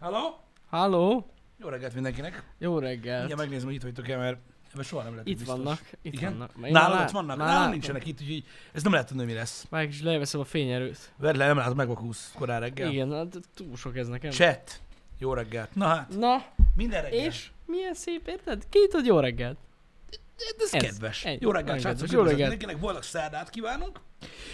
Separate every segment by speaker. Speaker 1: Hello?
Speaker 2: Halló!
Speaker 1: Jó reggelt mindenkinek.
Speaker 2: Jó reggel!
Speaker 1: Mindjárt megnézem, hogy itt vagytok-e, mert ebben soha nem lehet
Speaker 2: Itt
Speaker 1: biztos.
Speaker 2: vannak, itt
Speaker 1: Igen?
Speaker 2: vannak. Én
Speaker 1: Nálad
Speaker 2: már
Speaker 1: ott vannak,
Speaker 2: már
Speaker 1: nálam
Speaker 2: látom.
Speaker 1: nincsenek itt, úgyhogy ez nem lehet tudni, mi lesz.
Speaker 2: Meg is leveszem a fényerőt.
Speaker 1: Vedd le, nem látod, megvakulsz korán reggel.
Speaker 2: Igen, Igen hát túl sok ez nekem.
Speaker 1: Chat. Jó reggelt. Na hát,
Speaker 2: Na,
Speaker 1: minden reggel.
Speaker 2: és milyen szép, érted? Ki tudja, jó reggelt?
Speaker 1: Hát Ez,
Speaker 2: Ez.
Speaker 1: kedves.
Speaker 2: Egy-
Speaker 1: Jó reggelt,
Speaker 2: egy-
Speaker 1: srácok.
Speaker 2: jó
Speaker 1: Jó reggelt.
Speaker 2: reggelt.
Speaker 1: Mindenkinek boldog szerdát kívánunk.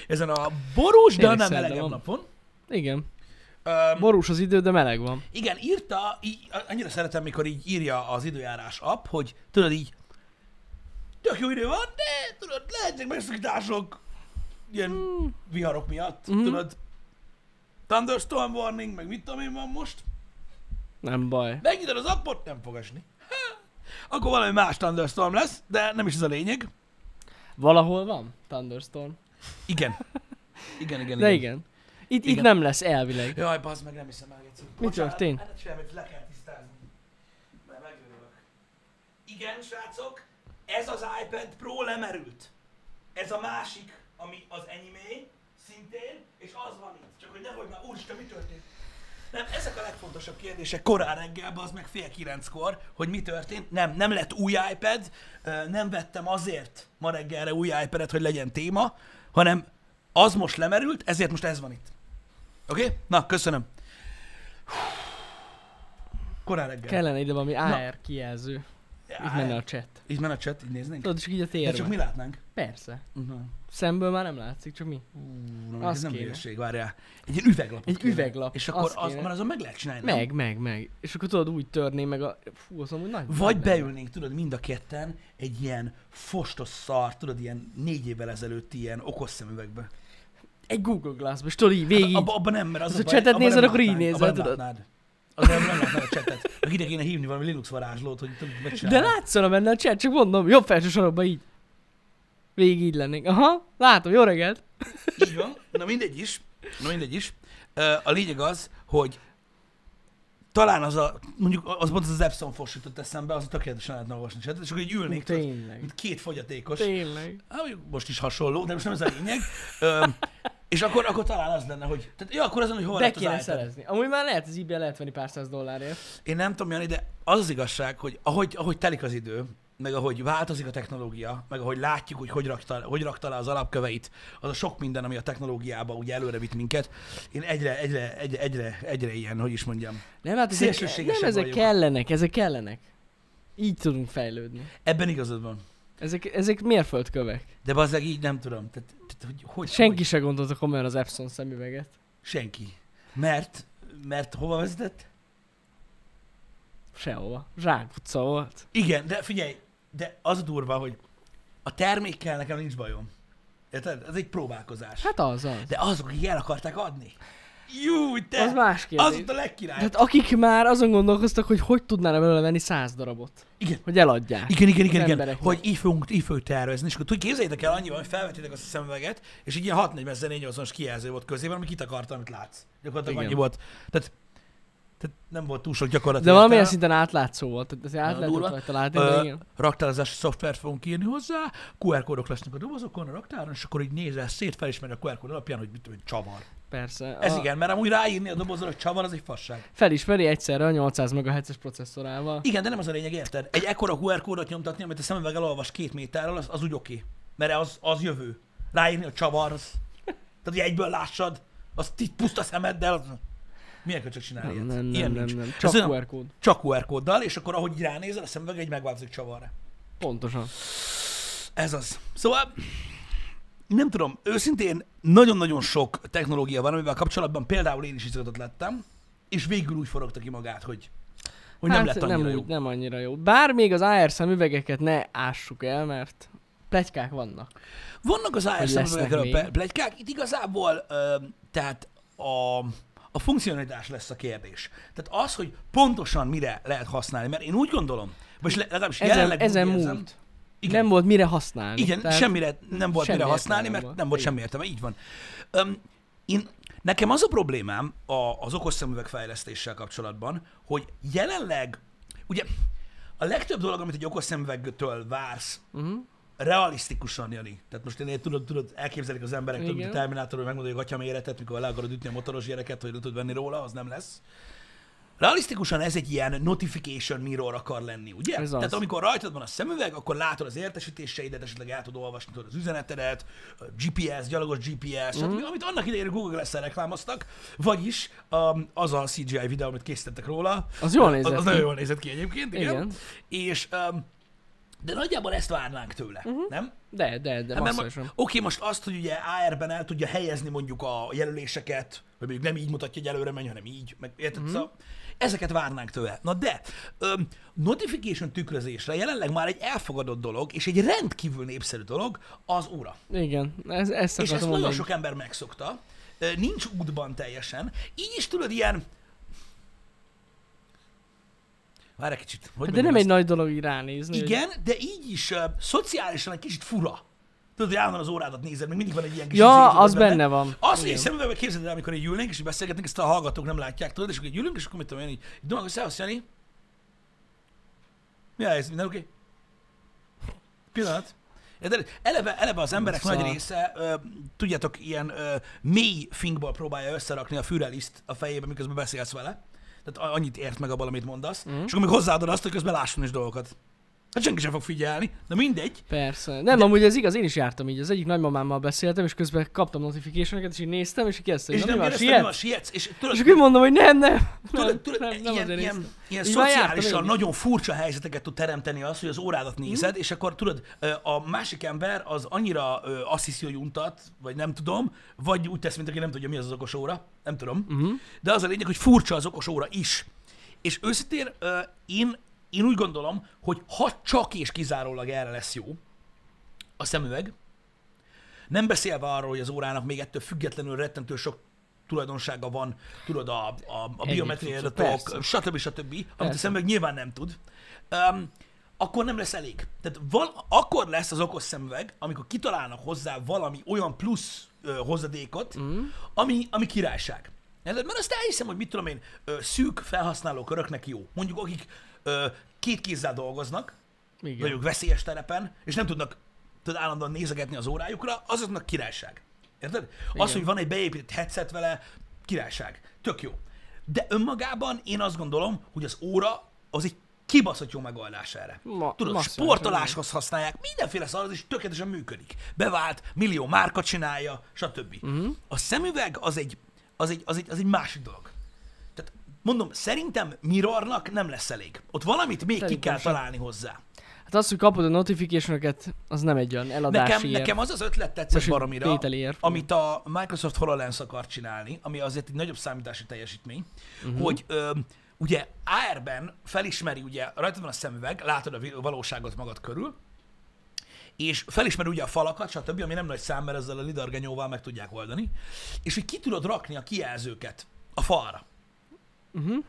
Speaker 1: Ezen a borús, de
Speaker 2: Tényleg
Speaker 1: nem
Speaker 2: szerda
Speaker 1: melegebb
Speaker 2: van.
Speaker 1: napon.
Speaker 2: Igen.
Speaker 1: Öm,
Speaker 2: Borús az idő, de meleg van.
Speaker 1: igen, írta, így, annyira szeretem, mikor így írja az időjárás app, hogy tudod így, tök jó idő van, de tudod, lehetnek megszakítások ilyen
Speaker 2: Hmm.
Speaker 1: mm. viharok miatt, mm.
Speaker 2: Mhm.
Speaker 1: tudod. Thunderstorm warning, meg mit tudom én van most.
Speaker 2: Nem baj.
Speaker 1: Megnyitod az appot, nem fog esni. Ha, Akkor valami más Thunderstorm lesz, de nem is ez a lényeg.
Speaker 2: Valahol van Thunderstorm.
Speaker 1: Igen. Igen, igen,
Speaker 2: De igen. Itt,
Speaker 1: Igen.
Speaker 2: itt nem lesz elvileg.
Speaker 1: Jaj, bazd meg, nem hiszem el, Geci.
Speaker 2: Mi történt?
Speaker 1: Hát semmit, le kell tisztázni. Mert megőrülök. Igen, srácok, ez az iPad Pro lemerült. Ez a másik, ami az enyémé, szintén, és az van itt. Csak hogy nehogy már, úristen, mi történt? Nem, ezek a legfontosabb kérdések korán reggel, az meg fél kilenckor, hogy mi történt. Nem, nem lett új iPad, ö, nem vettem azért ma reggelre új iPad-et, hogy legyen téma, hanem az most lemerült, ezért most ez van itt. Oké? Okay? Na, köszönöm. Korán reggel.
Speaker 2: Kellene ide valami AR kijelző. Itt menne a chat.
Speaker 1: Így men a chat, így néznénk?
Speaker 2: Tudod, csak így a
Speaker 1: De
Speaker 2: térben.
Speaker 1: csak mi látnánk.
Speaker 2: Persze.
Speaker 1: Uh-huh.
Speaker 2: Szemből már nem látszik, csak mi.
Speaker 1: Na, ez
Speaker 2: Azt
Speaker 1: nem
Speaker 2: kéne.
Speaker 1: hülyeség, várjál. Egy ilyen üveglapot
Speaker 2: Egy
Speaker 1: kéne.
Speaker 2: üveglap,
Speaker 1: És akkor
Speaker 2: azt
Speaker 1: az,
Speaker 2: kéne.
Speaker 1: már azon meg lehet csinálni. nem?
Speaker 2: Meg, meg, meg. És akkor tudod, úgy törné meg a... Fú, az amúgy nagy.
Speaker 1: Vagy
Speaker 2: nagy lenne.
Speaker 1: beülnénk, tudod, mind a ketten egy ilyen fostos szar, tudod, ilyen négy évvel ezelőtt ilyen okos szemüvegbe.
Speaker 2: Egy Google Glass-ba, és tudod így végig.
Speaker 1: Abba, abba nem, mert az
Speaker 2: Az a
Speaker 1: baj,
Speaker 2: chatet
Speaker 1: abba nem
Speaker 2: nézed, akkor így
Speaker 1: látnád,
Speaker 2: nézel,
Speaker 1: abba nem
Speaker 2: tudod?
Speaker 1: látnád. Az nem, nem látnád a chatet. Meg ide kéne hívni valami Linux varázslót, hogy tudod,
Speaker 2: De
Speaker 1: megcsinálni.
Speaker 2: látszana benne a chat, csak mondom, jobb felső sorokban így. Végig így lennék. Aha, látom, jó reggelt.
Speaker 1: Így van. Na mindegy is. Na mindegy is. Ö, A lényeg az, hogy talán az a, mondjuk az pont az, az Epson fos jutott eszembe, az tökéletesen lehetne olvasni, se. és akkor így ülnék, tudod,
Speaker 2: Tényleg.
Speaker 1: mint két fogyatékos.
Speaker 2: Tényleg.
Speaker 1: Hát, mondjuk most is hasonló, de most nem ez a lényeg. Öm, és akkor, akkor talán az lenne, hogy... Tehát, ja, akkor azon, hogy hol
Speaker 2: Be
Speaker 1: lett az
Speaker 2: kéne
Speaker 1: iPad.
Speaker 2: szerezni. Amúgy már lehet, az ebay lehet venni pár száz dollárért.
Speaker 1: Én nem tudom, Jani, de az az igazság, hogy ahogy, ahogy telik az idő, meg ahogy változik a technológia, meg ahogy látjuk, hogy hogy rakta, hogy rakta le az alapköveit, az a sok minden, ami a technológiába ugye előre vitt minket, én egyre, egyre, egyre, egyre, egyre ilyen, hogy is mondjam.
Speaker 2: Nem, hát ezek,
Speaker 1: Szélsőségesek
Speaker 2: nem, ezek
Speaker 1: vagyunk.
Speaker 2: kellenek, ezek kellenek. Így tudunk fejlődni.
Speaker 1: Ebben igazad van.
Speaker 2: Ezek, ezek mérföldkövek.
Speaker 1: De bazdmeg így nem tudom. Tehát, tehát hogy, hogy,
Speaker 2: Senki
Speaker 1: Hogy?
Speaker 2: se gondolta komolyan az Epson szemüveget.
Speaker 1: Senki. Mert, mert hova vezetett?
Speaker 2: Sehova. Zsák utca volt.
Speaker 1: Igen, de figyelj, de az a durva, hogy a termékkel nekem nincs bajom. Érted? Ez egy próbálkozás.
Speaker 2: Hát az az.
Speaker 1: De azok, akik el akarták adni. Jú, te!
Speaker 2: Az más kérdés.
Speaker 1: Az ott a legkirály.
Speaker 2: Tehát akik már azon gondolkoztak, hogy hogy tudnának belőle venni száz darabot.
Speaker 1: Igen.
Speaker 2: Hogy eladják.
Speaker 1: Igen, igen, igen, igen.
Speaker 2: embereknek.
Speaker 1: Hogy így fogunk, így fogjuk tervezni, és akkor tudj, képzeljétek el annyival, hogy felvettétek azt a szemüveget, és így ilyen 640-480-as kijelző volt közében, ami kitakarta, amit látsz. Gyakorlatilag
Speaker 2: Igen.
Speaker 1: annyi volt. Tehát, tehát nem volt túl sok gyakorlat.
Speaker 2: De valamilyen
Speaker 1: értelme.
Speaker 2: szinten átlátszó volt, tehát azért át lehetett
Speaker 1: durva.
Speaker 2: rajta látni,
Speaker 1: Ö,
Speaker 2: de igen.
Speaker 1: raktározási szoftvert fogunk írni hozzá, QR kódok lesznek a dobozokon, a raktáron, és akkor így nézel szét, felismeri a QR kód alapján, hogy mit tudom, én, csavar.
Speaker 2: Persze.
Speaker 1: Ez
Speaker 2: a,
Speaker 1: igen, mert amúgy ráírni a dobozra, hogy csavar, az egy fasság.
Speaker 2: Felismeri egyszerre a 800 MHz-es processzorával.
Speaker 1: Igen, de nem az a lényeg, érted? Egy ekkora QR kódot nyomtatni, amit a szemüveggel olvas két méterről, az, az úgy oké. Mert az, az jövő. Ráírni a csavar, az... Tehát, hogy egyből lássad, az ti puszta szemeddel, az... Milyen köcsök csinál
Speaker 2: Nem,
Speaker 1: ilyet?
Speaker 2: nem, nem,
Speaker 1: Ilyen
Speaker 2: nem,
Speaker 1: nincs.
Speaker 2: nem.
Speaker 1: Ez
Speaker 2: Csak
Speaker 1: olyan-
Speaker 2: QR kód.
Speaker 1: Csak QR kóddal, és akkor ahogy ránézel, a szemüveg egy megváltozik csavarra.
Speaker 2: Pontosan.
Speaker 1: Ez az. Szóval nem tudom, őszintén nagyon-nagyon sok technológia van, amivel kapcsolatban például én is izgatott lettem, és végül úgy forogta ki magát, hogy, hogy nem lett annyira
Speaker 2: Hát, nem,
Speaker 1: jó.
Speaker 2: Úgy, nem annyira jó. Bár még az AR szemüvegeket ne ássuk el, mert plegykák vannak.
Speaker 1: Vannak az AR
Speaker 2: Hogy lesznek
Speaker 1: szemüvegekről
Speaker 2: még.
Speaker 1: pe- plegykák, itt igazából ö, tehát a, a funkcionalitás lesz a kérdés. Tehát az, hogy pontosan mire lehet használni, mert én úgy gondolom, vagy le- legalábbis
Speaker 2: Ezen,
Speaker 1: jelenleg úgy
Speaker 2: ezen
Speaker 1: érzem,
Speaker 2: múlt.
Speaker 1: Igen.
Speaker 2: Igen. Nem volt mire használni.
Speaker 1: Igen, tehát semmire nem volt
Speaker 2: semmi
Speaker 1: mire használni,
Speaker 2: értelme
Speaker 1: mert nem
Speaker 2: nem volt.
Speaker 1: volt
Speaker 2: Igen.
Speaker 1: semmi értelme, így van. Öm, én, nekem az a problémám a, az okos szemüveg fejlesztéssel kapcsolatban, hogy jelenleg, ugye a legtöbb dolog, amit egy okos szemüvegtől vársz,
Speaker 2: Uh-huh.
Speaker 1: realisztikusan, Jani. Tehát most én tudod, tudod, elképzelik az emberek, tudod, mint a
Speaker 2: Igen.
Speaker 1: Terminátor, hogy megmondja, hogy atya méretet, mikor le akarod ütni a motoros gyereket, hogy le tudod venni róla, az nem lesz. Realisztikusan ez egy ilyen notification mirror akar lenni, ugye?
Speaker 2: Ez az.
Speaker 1: Tehát amikor rajtad van a szemüveg, akkor látod az értesítéseidet, esetleg el tudod olvasni tudod az üzenetedet, a GPS, gyalogos GPS,
Speaker 2: Mhm.
Speaker 1: mm. amit annak idején a Google lesz reklámoztak, vagyis um, az a CGI videó, amit készítettek róla.
Speaker 2: Az jól
Speaker 1: az,
Speaker 2: nézett
Speaker 1: az
Speaker 2: ki.
Speaker 1: nagyon jól nézett ki egyébként, igen. igen.
Speaker 2: Igen.
Speaker 1: És, um, de nagyjából ezt várnánk tőle,
Speaker 2: Mhm.
Speaker 1: uh-huh. nem?
Speaker 2: De, de, de
Speaker 1: Hát, mert
Speaker 2: masszorsan.
Speaker 1: mo- Oké, most azt, hogy ugye AR-ben el tudja helyezni mondjuk a jelöléseket, vagy mondjuk nem így mutatja, hogy előre menj, hanem így, meg érted?
Speaker 2: Mhm.
Speaker 1: Mm-hmm. Szóval ezeket várnánk tőle. Na de, öm, notification tükrözésre jelenleg már egy elfogadott dolog, és egy rendkívül népszerű dolog az óra.
Speaker 2: Igen, ez, ezt
Speaker 1: És ezt
Speaker 2: akartam
Speaker 1: nagyon
Speaker 2: mondani.
Speaker 1: sok ember megszokta. Ö, Nincs útban teljesen. Így is tudod, ilyen... Várj egy kicsit. Hogy
Speaker 2: Hát de
Speaker 1: mondjam
Speaker 2: nem egy
Speaker 1: ezt?
Speaker 2: nagy dolog így ránézni. hogy-
Speaker 1: Igen, de így is uh, szociálisan egy kicsit fura. Tudod, hogy állandóan az órádat nézed, még mindig van egy ilyen kis
Speaker 2: Ja,
Speaker 1: izé,
Speaker 2: az
Speaker 1: tudod,
Speaker 2: benne van.
Speaker 1: Azt
Speaker 2: Igen.
Speaker 1: én szemben képzeld el, amikor így ülnénk és így beszélgetnénk, ezt a hallgatók nem látják, tudod, és akkor így ülünk, és akkor mit tudom én így, így dolgok, szevasz, Jani. Mi a helyzet, minden oké? Okay? Pillanat. Érted? Eleve, eleve az emberek
Speaker 2: Szar.
Speaker 1: nagy része, ö, tudjátok, ilyen ö, mély finkból próbálja összerakni a füreliszt a fejébe, miközben beszélsz vele. Tehát a- annyit ért meg abban, amit mondasz. Mm. És akkor még hozzáadod azt, hogy közben lásson is dolgokat. Hát senki sem fog figyelni, de mindegy.
Speaker 2: Persze. Nem, de... amúgy ez igaz, én is jártam így. Az egyik nagymamámmal beszéltem, és közben kaptam notification és így néztem, és így kezdtem,
Speaker 1: És
Speaker 2: és
Speaker 1: nem
Speaker 2: nem,
Speaker 1: kérdeztem, mi
Speaker 2: nem
Speaker 1: van, sietsz, és tudod,
Speaker 2: És akkor mondom, hogy nem, nem.
Speaker 1: tudod,
Speaker 2: nem,
Speaker 1: tudod
Speaker 2: nem, nem
Speaker 1: ilyen, ilyen,
Speaker 2: azért néztem.
Speaker 1: ilyen
Speaker 2: Így már jártam
Speaker 1: szociálisan
Speaker 2: én.
Speaker 1: nagyon furcsa helyzeteket tud teremteni az, hogy az órádat
Speaker 2: Mhm.
Speaker 1: nézed, és akkor tudod, ö, a másik ember az annyira ö, azt hiszi, hogy untat, vagy nem tudom, vagy úgy tesz, mint aki nem tudja, mi az az okos óra, nem tudom.
Speaker 2: Mhm.
Speaker 1: De az a lényeg, hogy furcsa az okos óra is. És őszintén ö, én, én úgy gondolom, hogy ha csak és kizárólag erre lesz jó a szemüveg, nem beszélve arról, hogy az órának még ettől függetlenül rettentő sok tulajdonsága van, tudod, a, a, a
Speaker 2: Egyéb
Speaker 1: biometriai
Speaker 2: cuccok,
Speaker 1: adatok,
Speaker 2: persze.
Speaker 1: stb. stb., amit a
Speaker 2: Persze.
Speaker 1: szemüveg nyilván nem tud, um, akkor nem lesz elég. Tehát val- akkor lesz az okos szemüveg, amikor kitalálnak hozzá valami olyan plusz ö, hozadékot, mm. ami, ami királyság. Érted? Mert azt elhiszem, hogy mit tudom én, ö, szűk felhasználóköröknek jó. Mondjuk akik ö, két kézzel dolgoznak,
Speaker 2: Igen.
Speaker 1: mondjuk veszélyes terepen, és nem tudnak tudod, állandóan nézegetni az órájukra, azoknak királyság. Érted? Az,
Speaker 2: Igen.
Speaker 1: hogy van egy beépített headset vele, királyság. Tök jó. De önmagában én azt gondolom, hogy az óra az egy kibaszott jó megoldás erre.
Speaker 2: Ma-
Speaker 1: Tudod,
Speaker 2: maximálisan
Speaker 1: sportoláshoz használják, mindenféle szar, az is tökéletesen működik. Bevált, millió márka csinálja, stb.
Speaker 2: Mhm.
Speaker 1: Uh-huh. A szemüveg az egy, az, egy, az, egy, az egy másik dolog. Tehát mondom, szerintem mirrornak nem lesz elég. Ott valamit még ki
Speaker 2: Szerintem
Speaker 1: kell
Speaker 2: sem.
Speaker 1: találni hozzá.
Speaker 2: Hát az, hogy kapod a notification az nem egy olyan eladási
Speaker 1: Nekem,
Speaker 2: ilyen.
Speaker 1: nekem az az ötlet tetszett
Speaker 2: Most így
Speaker 1: baromira,
Speaker 2: tételi érv.
Speaker 1: amit a Microsoft HoloLens akar csinálni, ami azért egy nagyobb számítási teljesítmény,
Speaker 2: Mhm.
Speaker 1: uh-huh. hogy ö, ugye AR-ben felismeri, ugye rajta van a szemüveg, látod a vi- valóságot magad körül, és felismeri ugye a falakat, stb., ami nem nagy szám, mert ezzel a lidargenyóval meg tudják oldani, és hogy ki tudod rakni a kijelzőket a falra.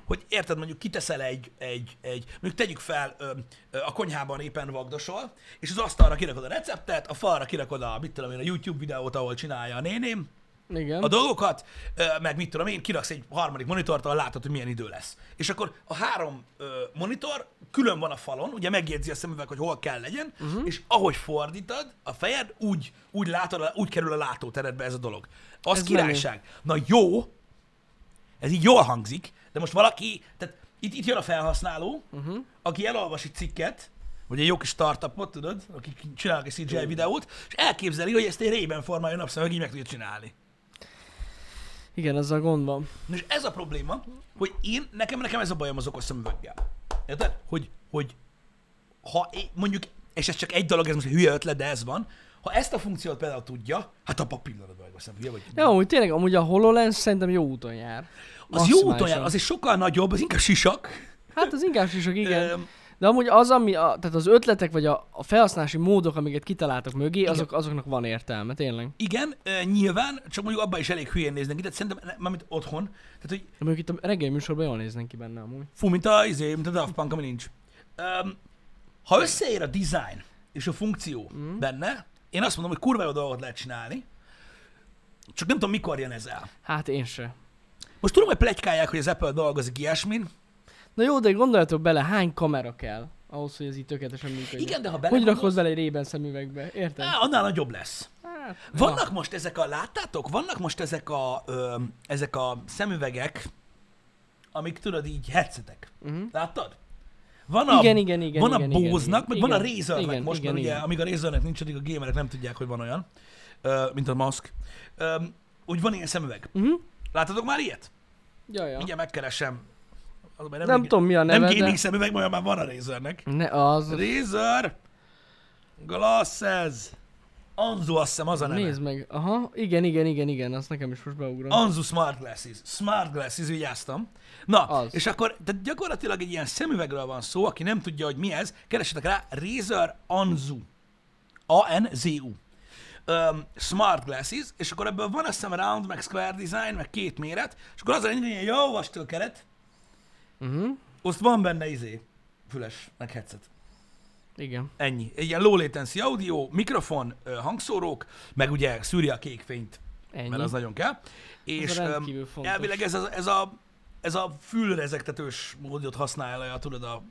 Speaker 1: Hogy érted, mondjuk kiteszel egy, egy, egy mondjuk tegyük fel, ö, ö, a konyhában éppen vagdosol, és az asztalra kirakod a receptet, a falra kirakod a, mit tudom én, a YouTube videót, ahol csinálja a néném,
Speaker 2: Igen.
Speaker 1: a dolgokat, ö, meg mit tudom én, kiraksz egy harmadik monitort, ahol látod, hogy milyen idő lesz. És akkor a három ö, monitor külön van a falon, ugye megjegyzi a szemüveg, hogy hol kell legyen, uh-huh.
Speaker 2: Mhm.
Speaker 1: és ahogy fordítod a fejed, úgy, úgy látod, úgy kerül a látóteredbe ez a dolog. Az ez
Speaker 2: Ez
Speaker 1: királyság. Menő. Na jó, ez így jól hangzik, de most valaki, tehát itt, itt jön a felhasználó,
Speaker 2: Mhm.
Speaker 1: uh-huh. aki elolvas egy cikket, vagy egy jó kis startupot, tudod, akik csinálnak egy CGI videót, és elképzeli, hogy ezt egy rében formájú napszemüveg így meg tudja csinálni.
Speaker 2: Igen, azzal gond van.
Speaker 1: Na és ez a probléma, hogy én, nekem, nekem ez a bajom az okos szemüveggel. Érted? Hogy, hogy ha é- mondjuk, és ez csak egy dolog, ez most egy hülye ötlet, de ez van, ha ezt a funkciót például tudja, hát abban a pillanatban meg leszem hülye, vagy
Speaker 2: Ja, amúgy tényleg, amúgy a HoloLens szerintem jó úton jár.
Speaker 1: az jó úton
Speaker 2: Maximálisan.
Speaker 1: jár, az is sokkal nagyobb, az inkább sisak.
Speaker 2: Hát az inkább sisok, igen.
Speaker 1: Öm,
Speaker 2: De amúgy az, ami a, tehát az ötletek, vagy a, a felhasználási módok, amiket kitaláltak mögé, azok, azoknak van értelme, tényleg.
Speaker 1: Igen, ö, nyilván, csak mondjuk abban is elég hülyén néznek ki, tehát szerintem, mármint otthon, tehát hogy
Speaker 2: De mondjuk itt a reggeli műsorban jól néznek ki benne amúgy.
Speaker 1: Fú, mint a, izé, mint a Daft Punk, ami nincs. Um, ha összeér a design és a funkció mm. benne, én azt mondom, hogy kurva jó dolgot lehet csinálni, csak nem tudom, mikor jön ez el.
Speaker 2: Hát én se.
Speaker 1: Most tudom, hogy plegykálják, hogy az Apple dolgozik ilyesmin.
Speaker 2: Na jó, de gondoljatok bele, hány kamera kell ahhoz, hogy ez így tökéletesen működjön.
Speaker 1: Igen, de ha
Speaker 2: Hogy
Speaker 1: belegondolsz,
Speaker 2: rakod bele egy rében szemüvegbe, érted?
Speaker 1: á, annál nagyobb lesz.
Speaker 2: Hát,
Speaker 1: Vannak most ezek a, láttátok? Vannak most ezek a, ö, ezek a szemüvegek, amik tudod így headsetek.
Speaker 2: Uh-huh.
Speaker 1: Láttad? Van a,
Speaker 2: igen, igen, igen.
Speaker 1: van a
Speaker 2: igen, igen,
Speaker 1: Bose-nak, meg
Speaker 2: igen,
Speaker 1: van a
Speaker 2: igen,
Speaker 1: Razernek
Speaker 2: igen,
Speaker 1: most,
Speaker 2: igen,
Speaker 1: mert ugye
Speaker 2: igen.
Speaker 1: amíg a Razernek nincs, addig a gamerek nem tudják, hogy van olyan, ö, mint a Musk. Ö, Úgy van ilyen szemüveg.
Speaker 2: Uh-huh.
Speaker 1: Láttatok már ilyet?
Speaker 2: Ja, ja.
Speaker 1: Mindjárt megkeresem. Az, már nem,
Speaker 2: Nem, nem
Speaker 1: gaming-
Speaker 2: tudom mi a
Speaker 1: nem
Speaker 2: neve,
Speaker 1: gaming
Speaker 2: de...
Speaker 1: szemüveg, majd már van a Razernek.
Speaker 2: Ne, az...
Speaker 1: Razer Glasses. Anzu azt hiszem az a neve.
Speaker 2: Nézd meg. Aha, igen, igen, igen, igen, azt nekem is most beugrott.
Speaker 1: Anzu Smart Glasses. Smart Glasses, vigyáztam. Na,
Speaker 2: Az.
Speaker 1: az. és akkor tehát gyakorlatilag egy ilyen szemüvegről van szó, aki nem tudja, hogy mi ez, keressetek rá, Razer Anzu. A-N-Z-U. Um, smart Glasses, és akkor ebből van azt hiszem round, meg square design, meg két méret, és akkor az a lényeg, hogy ilyen jó vastag keret,
Speaker 2: Uh-huh.
Speaker 1: azt van benne izé, füles, meg headset.
Speaker 2: Igen.
Speaker 1: Ennyi. Egy ilyen low latency audio, mikrofon, ö, hangszórók, meg ugye szűri a kék fényt,
Speaker 2: Ennyi.
Speaker 1: mert az nagyon kell. És öm,
Speaker 2: rendkívül fontos.
Speaker 1: elvileg ez a, ez a, ez a fülrezektetős módot használja, tudod, a,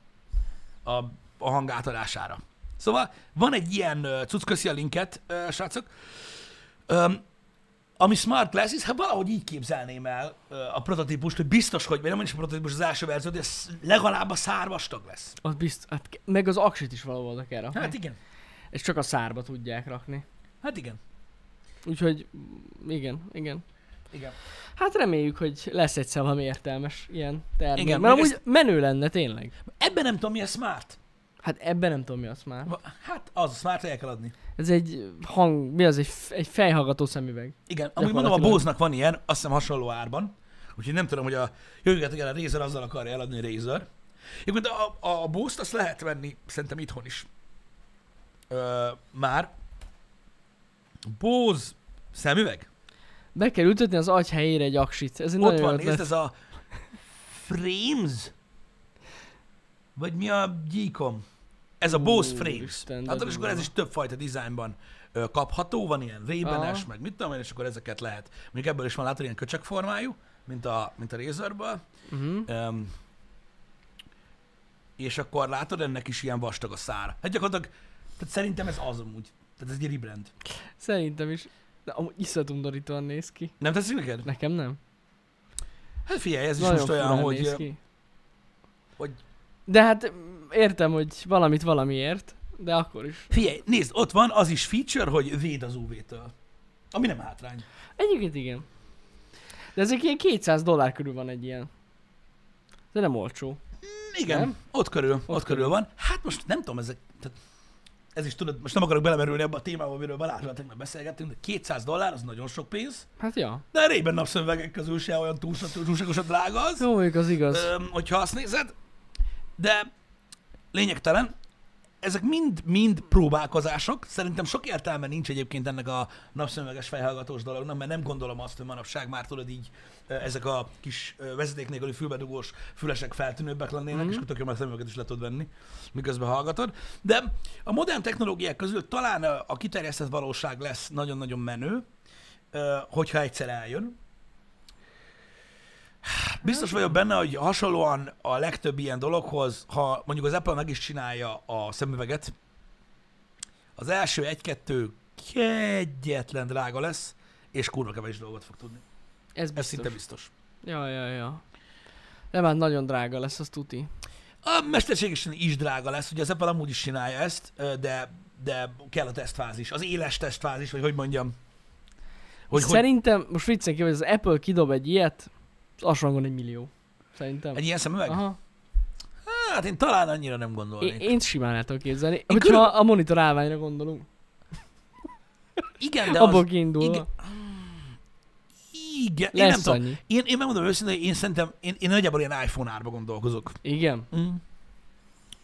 Speaker 1: a, a hang átadására. Szóval van egy ilyen ö, cucc, köszi a linket, ö, srácok. Öm, ami Smart Glasses, hát valahogy így képzelném el ö, a prototípust, hogy biztos, hogy, vagy nem is a prototípus az első verzió, de ez legalább a szárvastag lesz.
Speaker 2: Az biztos, hát ke- meg az aksit is valahol oda kell rakni.
Speaker 1: Hát igen.
Speaker 2: És csak a szárba tudják rakni.
Speaker 1: Hát igen.
Speaker 2: Úgyhogy m, igen, igen.
Speaker 1: Igen.
Speaker 2: Hát reméljük, hogy lesz egyszer valami értelmes ilyen termék.
Speaker 1: Igen,
Speaker 2: Igen, mert
Speaker 1: meg
Speaker 2: amúgy menő lenne tényleg.
Speaker 1: Ebben nem tudom, mi a smart.
Speaker 2: Hát ebben nem tudom mi az már.
Speaker 1: Va- Hát az a smart el kell adni.
Speaker 2: Ez egy hang, mi az, egy, f- egy fejhallgató szemüveg.
Speaker 1: Igen, amúgy mondom, a
Speaker 2: Gyakorlatilag.
Speaker 1: Bose-nak van ilyen, azt hiszem hasonló árban. Úgyhogy nem tudom, hogy a jövőket igen, a Razer azzal akarja eladni a Razer. Igen, de a, a Bose-t azt lehet venni szerintem itthon is. Ö, már. Bose szemüveg?
Speaker 2: Be kell ültetni az agy helyére egy aksit. Ez egy
Speaker 1: Ott
Speaker 2: nagyon
Speaker 1: van,
Speaker 2: jó ötlet.
Speaker 1: nézd, ez a Frames? Vagy mi a gyíkom? Ez a Bose
Speaker 2: Ú,
Speaker 1: Frames.
Speaker 2: Isten, de
Speaker 1: Hát és
Speaker 2: durva.
Speaker 1: akkor ez is többfajta dizájnban ö, kapható, van ilyen rébenes,
Speaker 2: Aha.
Speaker 1: meg mit tudom én, és akkor ezeket lehet. Még ebből is van, látod, ilyen köcsök formájú, mint a, mint a Razerből.
Speaker 2: Uh-huh.
Speaker 1: Um, és akkor látod, ennek is ilyen vastag a szára. Hát gyakorlatilag, tehát szerintem ez az amúgy. Tehát ez egy rebrand.
Speaker 2: Szerintem is. De amúgy iszletundorítóan néz ki.
Speaker 1: Nem tetszik neked?
Speaker 2: Nekem nem.
Speaker 1: Hát figyelj, ez is
Speaker 2: Nagyon
Speaker 1: most olyan,
Speaker 2: furán
Speaker 1: hogy,
Speaker 2: néz
Speaker 1: ö,
Speaker 2: ki.
Speaker 1: hogy
Speaker 2: De hát mm, értem, hogy valamit valamiért, de akkor is.
Speaker 1: Figyelj, nézd, ott van az is feature, hogy véd az UV-től. Ami nem hátrány.
Speaker 2: Egyébként igen. De ezek ilyen 200 dollár körül van egy ilyen. De nem olcsó.
Speaker 1: Igen, nem?
Speaker 2: Nem?
Speaker 1: ott körül, ott, ott
Speaker 2: körül.
Speaker 1: körül van. Hát most nem tudom, ezek, tehát, ez is tudod, most nem akarok belemerülni ebbe a témába, amiről Balázsral tegnap beszélgettünk, de 200 dollár az nagyon sok pénz,
Speaker 2: Hát ja.
Speaker 1: de a Rében napszövegek közül se olyan túlsa- túlságosan drága az,
Speaker 2: Jó, mondjuk az igaz.
Speaker 1: öm, hogyha azt nézed, de lényegtelen, ezek mind-mind próbálkozások. Szerintem sok értelme nincs egyébként ennek a napszemüveges fejhallgatós dolognak, mert nem gondolom azt, hogy manapság már tudod így ö, ezek a kis ö, vezeték nélküli fülbedugós fülesek feltűnőbbek lennének, mm-hmm.
Speaker 2: Mhm.
Speaker 1: és akkor tök jó, mert a szemüveget is le tudod venni, miközben hallgatod. De a modern technológiák közül talán a, a kiterjesztett valóság lesz nagyon-nagyon menő, ö, hogyha egyszer eljön. Biztos vagyok benne, hogy hasonlóan a legtöbb ilyen dologhoz, ha mondjuk az Apple meg is csinálja a szemüveget, az első egy-kettő kegyetlen drága lesz, és kurva kevés dolgot fog tudni.
Speaker 2: Ez
Speaker 1: Ez
Speaker 2: biztos.
Speaker 1: szinte biztos.
Speaker 2: Ja, ja, ja. De már hát nagyon drága lesz, az tuti.
Speaker 1: A mesterségesen is drága lesz, ugye az Apple amúgy is csinálja ezt, ö, de, de kell a tesztfázis, az éles tesztfázis, vagy hogy mondjam.
Speaker 2: Hogy,
Speaker 1: Hogy, hogy
Speaker 2: Szerintem, most viccen ki, hogy az Apple kidob egy ilyet, az asrangon egy millió. Szerintem.
Speaker 1: egy ilyen szemüveg?
Speaker 2: Aha.
Speaker 1: Hát én talán annyira nem gondolnék.
Speaker 2: Én, én simán el tudom képzelni. Én hogyha
Speaker 1: körülbelül-
Speaker 2: a monitor állványra gondolunk.
Speaker 1: igen, de
Speaker 2: De abból
Speaker 1: az,
Speaker 2: az... kiindulva.
Speaker 1: igen. igen, én nem
Speaker 2: Lesz
Speaker 1: tudom.
Speaker 2: annyi.
Speaker 1: Én, én megmondom őszintén, hogy én szerintem, én, én nagyjából ilyen iPhone árba gondolkozok.
Speaker 2: Igen.
Speaker 1: Mm.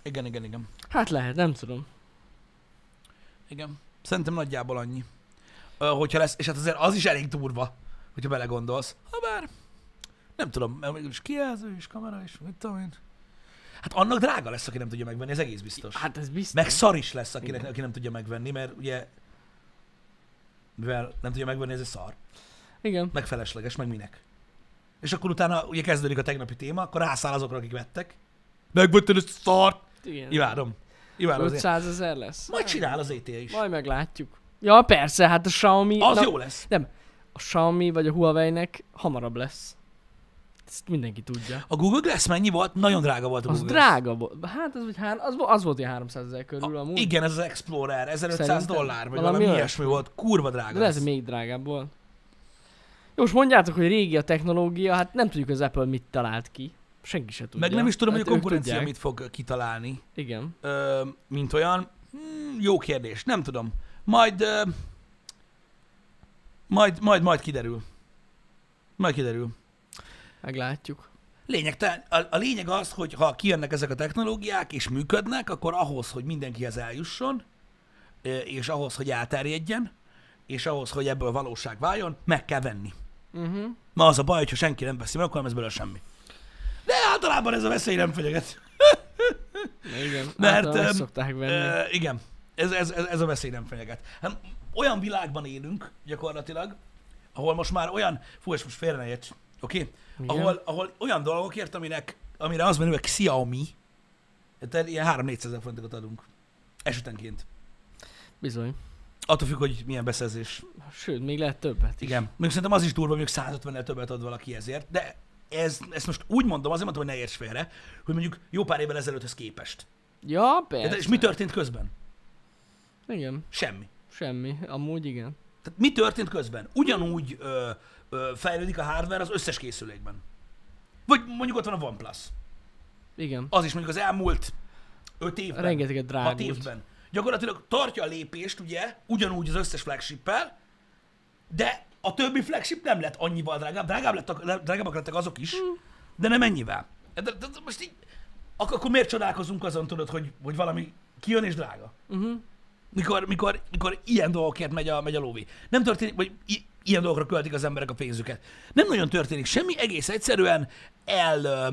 Speaker 1: Igen, igen, igen.
Speaker 2: Hát lehet, nem tudom.
Speaker 1: Igen. Szerintem nagyjából annyi. Ö, hogyha lesz, és hát azért az is elég durva, hogyha belegondolsz. Habár, nem tudom, mert mégis kijelző és kamera és mit tudom én. Hát annak drága lesz, aki nem tudja megvenni, ez egész biztos.
Speaker 2: Hát ez biztos.
Speaker 1: Meg szar is lesz, akinek,
Speaker 2: Igen.
Speaker 1: aki nem tudja megvenni, mert ugye mivel nem tudja megvenni, ez egy szar.
Speaker 2: Igen.
Speaker 1: Meg felesleges, meg minek. És akkor utána ugye kezdődik a tegnapi téma, akkor rászáll azokra, akik vettek. Megvetted ezt a szart!
Speaker 2: Igen.
Speaker 1: Imádom. Imádom az
Speaker 2: 500 ezer lesz.
Speaker 1: Majd csinál az ETA is.
Speaker 2: Majd meglátjuk. Ja, persze, hát a Xiaomi...
Speaker 1: Az
Speaker 2: na,
Speaker 1: jó lesz.
Speaker 2: A Xiaomi vagy a Huawei-nek hamarabb lesz. ezt mindenki tudja.
Speaker 1: A Google Glass mennyi volt? Nagyon drága volt a
Speaker 2: Az
Speaker 1: Google Glass.
Speaker 2: drága volt. Hát az, vagy hár, az, vo- az volt ilyen 300 ezer körül amúgy.
Speaker 1: Igen, ez az Explorer, 1500
Speaker 2: Szerintem.
Speaker 1: dollár, vagy
Speaker 2: Valami
Speaker 1: valami,
Speaker 2: olyasmi.
Speaker 1: ilyesmi volt, kurva drága.
Speaker 2: De
Speaker 1: lesz.
Speaker 2: ez még drágább volt. Jó, most mondjátok, hogy régi a technológia, hát nem tudjuk, hogy az Apple mit talált ki. Senki se tudja.
Speaker 1: Meg nem is tudom,
Speaker 2: hát
Speaker 1: hogy a
Speaker 2: ők
Speaker 1: konkurencia
Speaker 2: tudják.
Speaker 1: mit fog kitalálni,
Speaker 2: Igen.
Speaker 1: ö, mint olyan. Hmm, jó kérdés, nem tudom. Majd, ö, majd, majd, majd kiderül. Majd kiderül.
Speaker 2: Meglátjuk.
Speaker 1: Lényegtelen. A, a lényeg az, hogy ha kijönnek ezek a technológiák és működnek, akkor ahhoz, hogy mindenkihez eljusson, ö, és ahhoz, hogy elterjedjen, és ahhoz, hogy ebből valóság váljon, meg kell venni.
Speaker 2: Uh-huh.
Speaker 1: Ma az a baj, hogyha senki nem veszi meg, akkor nem lesz belőle semmi. De általában ez a veszély nem fenyeget.
Speaker 2: Igen.
Speaker 1: Mert, eh,
Speaker 2: Mert,
Speaker 1: öm,
Speaker 2: meg szokták venni.
Speaker 1: Ö, igen, ez, ez, ez, ez a veszély nem fenyeget. Hát, olyan világban élünk gyakorlatilag, ahol most már olyan, fú, és most félre ne érts, oké? Okay?
Speaker 2: Igen.
Speaker 1: Ahol, ahol olyan dolgokért, aminek, amire az menő, hogy Xiaomi, tehát ilyen 3-400 ezer forintokat adunk esetenként.
Speaker 2: Bizony.
Speaker 1: Attól függ, hogy milyen beszerzés.
Speaker 2: Sőt, még lehet többet is.
Speaker 1: Igen. Még szerintem az is durva, mondjuk 150 nel többet ad valaki ezért, de ez, ezt most úgy mondom, azért mondtam, hogy ne érts félre, hogy mondjuk jó pár évvel ezelőtthöz képest.
Speaker 2: Ja,
Speaker 1: De,
Speaker 2: persze.
Speaker 1: és mi történt közben?
Speaker 2: Igen.
Speaker 1: Semmi.
Speaker 2: Semmi. Amúgy igen.
Speaker 1: Tehát mi történt közben? Ugyanúgy ö, ö, fejlődik a hardware az összes készülékben. Vagy mondjuk ott van a OnePlus.
Speaker 2: Igen.
Speaker 1: Az is mondjuk az elmúlt 5 évben, 6
Speaker 2: Rengeteget drágult.
Speaker 1: évben. Gyakorlatilag tartja a lépést, ugye, ugyanúgy az összes flagship-el, de a többi flagship nem lett annyival drágább. Drágább lettek, drágábbak lettek azok is,
Speaker 2: Hm.
Speaker 1: de nem ennyivel. De, de, de most így, ak- akkor miért csodálkozunk azon, tudod, hogy, hogy valami kijön és drága?
Speaker 2: Uh-huh.
Speaker 1: mikor, mikor, mikor ilyen dolgokért megy a, megy a lóvé. Nem történik, vagy i- ilyen dolgokra költik az emberek a pénzüket. Nem nagyon történik semmi, egész egyszerűen el, ö,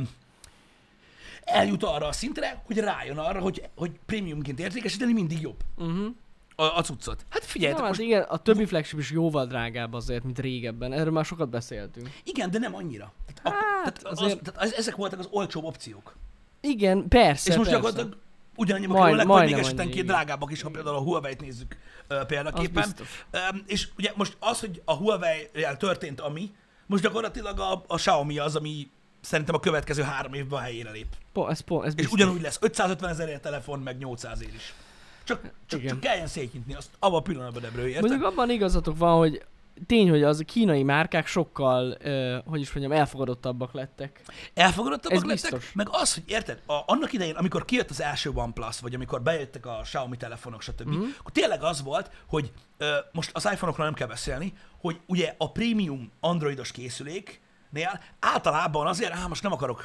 Speaker 1: eljut arra a szintre, hogy rájön arra, hogy, hogy prémiumként értékesíteni mindig jobb
Speaker 2: Uh-huh.
Speaker 1: Mhm. a, a cuccot. Hát figyelj,
Speaker 2: Na,
Speaker 1: no,
Speaker 2: hát
Speaker 1: most,
Speaker 2: igen, a többi flagship is jóval drágább azért, mint régebben. Erről már sokat beszéltünk.
Speaker 1: igen, de nem annyira. Tehát, akkor,
Speaker 2: Hát,
Speaker 1: tehát, az,
Speaker 2: azért-
Speaker 1: tehát az, ezek voltak az olcsóbb opciók.
Speaker 2: Igen, persze,
Speaker 1: És most
Speaker 2: persze.
Speaker 1: gyakorlatilag ugyanannyiba
Speaker 2: Majd-
Speaker 1: kerülnek, vagy még
Speaker 2: majdnem annyi,
Speaker 1: esetenként
Speaker 2: igen.
Speaker 1: drágábbak is, ha például a Huawei-t nézzük ö, példaképpen.
Speaker 2: biztos.
Speaker 1: Öm, és ugye most az, hogy a Huawei-jel történt ami, most gyakorlatilag a, a Xiaomi az, ami szerintem a következő három évben a helyére lép.
Speaker 2: Po, ez, po, ez
Speaker 1: És
Speaker 2: biztos.
Speaker 1: ugyanúgy lesz 550 ezerért telefon, meg 800 ér is. Csak, csak,
Speaker 2: Igen.
Speaker 1: csak kelljen szétnyitni, azt abban a pillanatban ebből érted?
Speaker 2: Mondjuk abban igazatok van, hogy tény, hogy az kínai márkák sokkal, ö, hogy is mondjam, elfogadottabbak lettek.
Speaker 1: Elfogadottabbak
Speaker 2: Ez
Speaker 1: lettek,
Speaker 2: biztos.
Speaker 1: meg az, hogy érted, a, annak idején, amikor kijött az első OnePlus, vagy amikor bejöttek a Xiaomi telefonok, stb.,
Speaker 2: Mhm.
Speaker 1: mm. akkor tényleg az volt, hogy ö, most az iPhone-okról nem kell beszélni, hogy ugye a prémium androidos készüléknél általában azért, hát most nem akarok,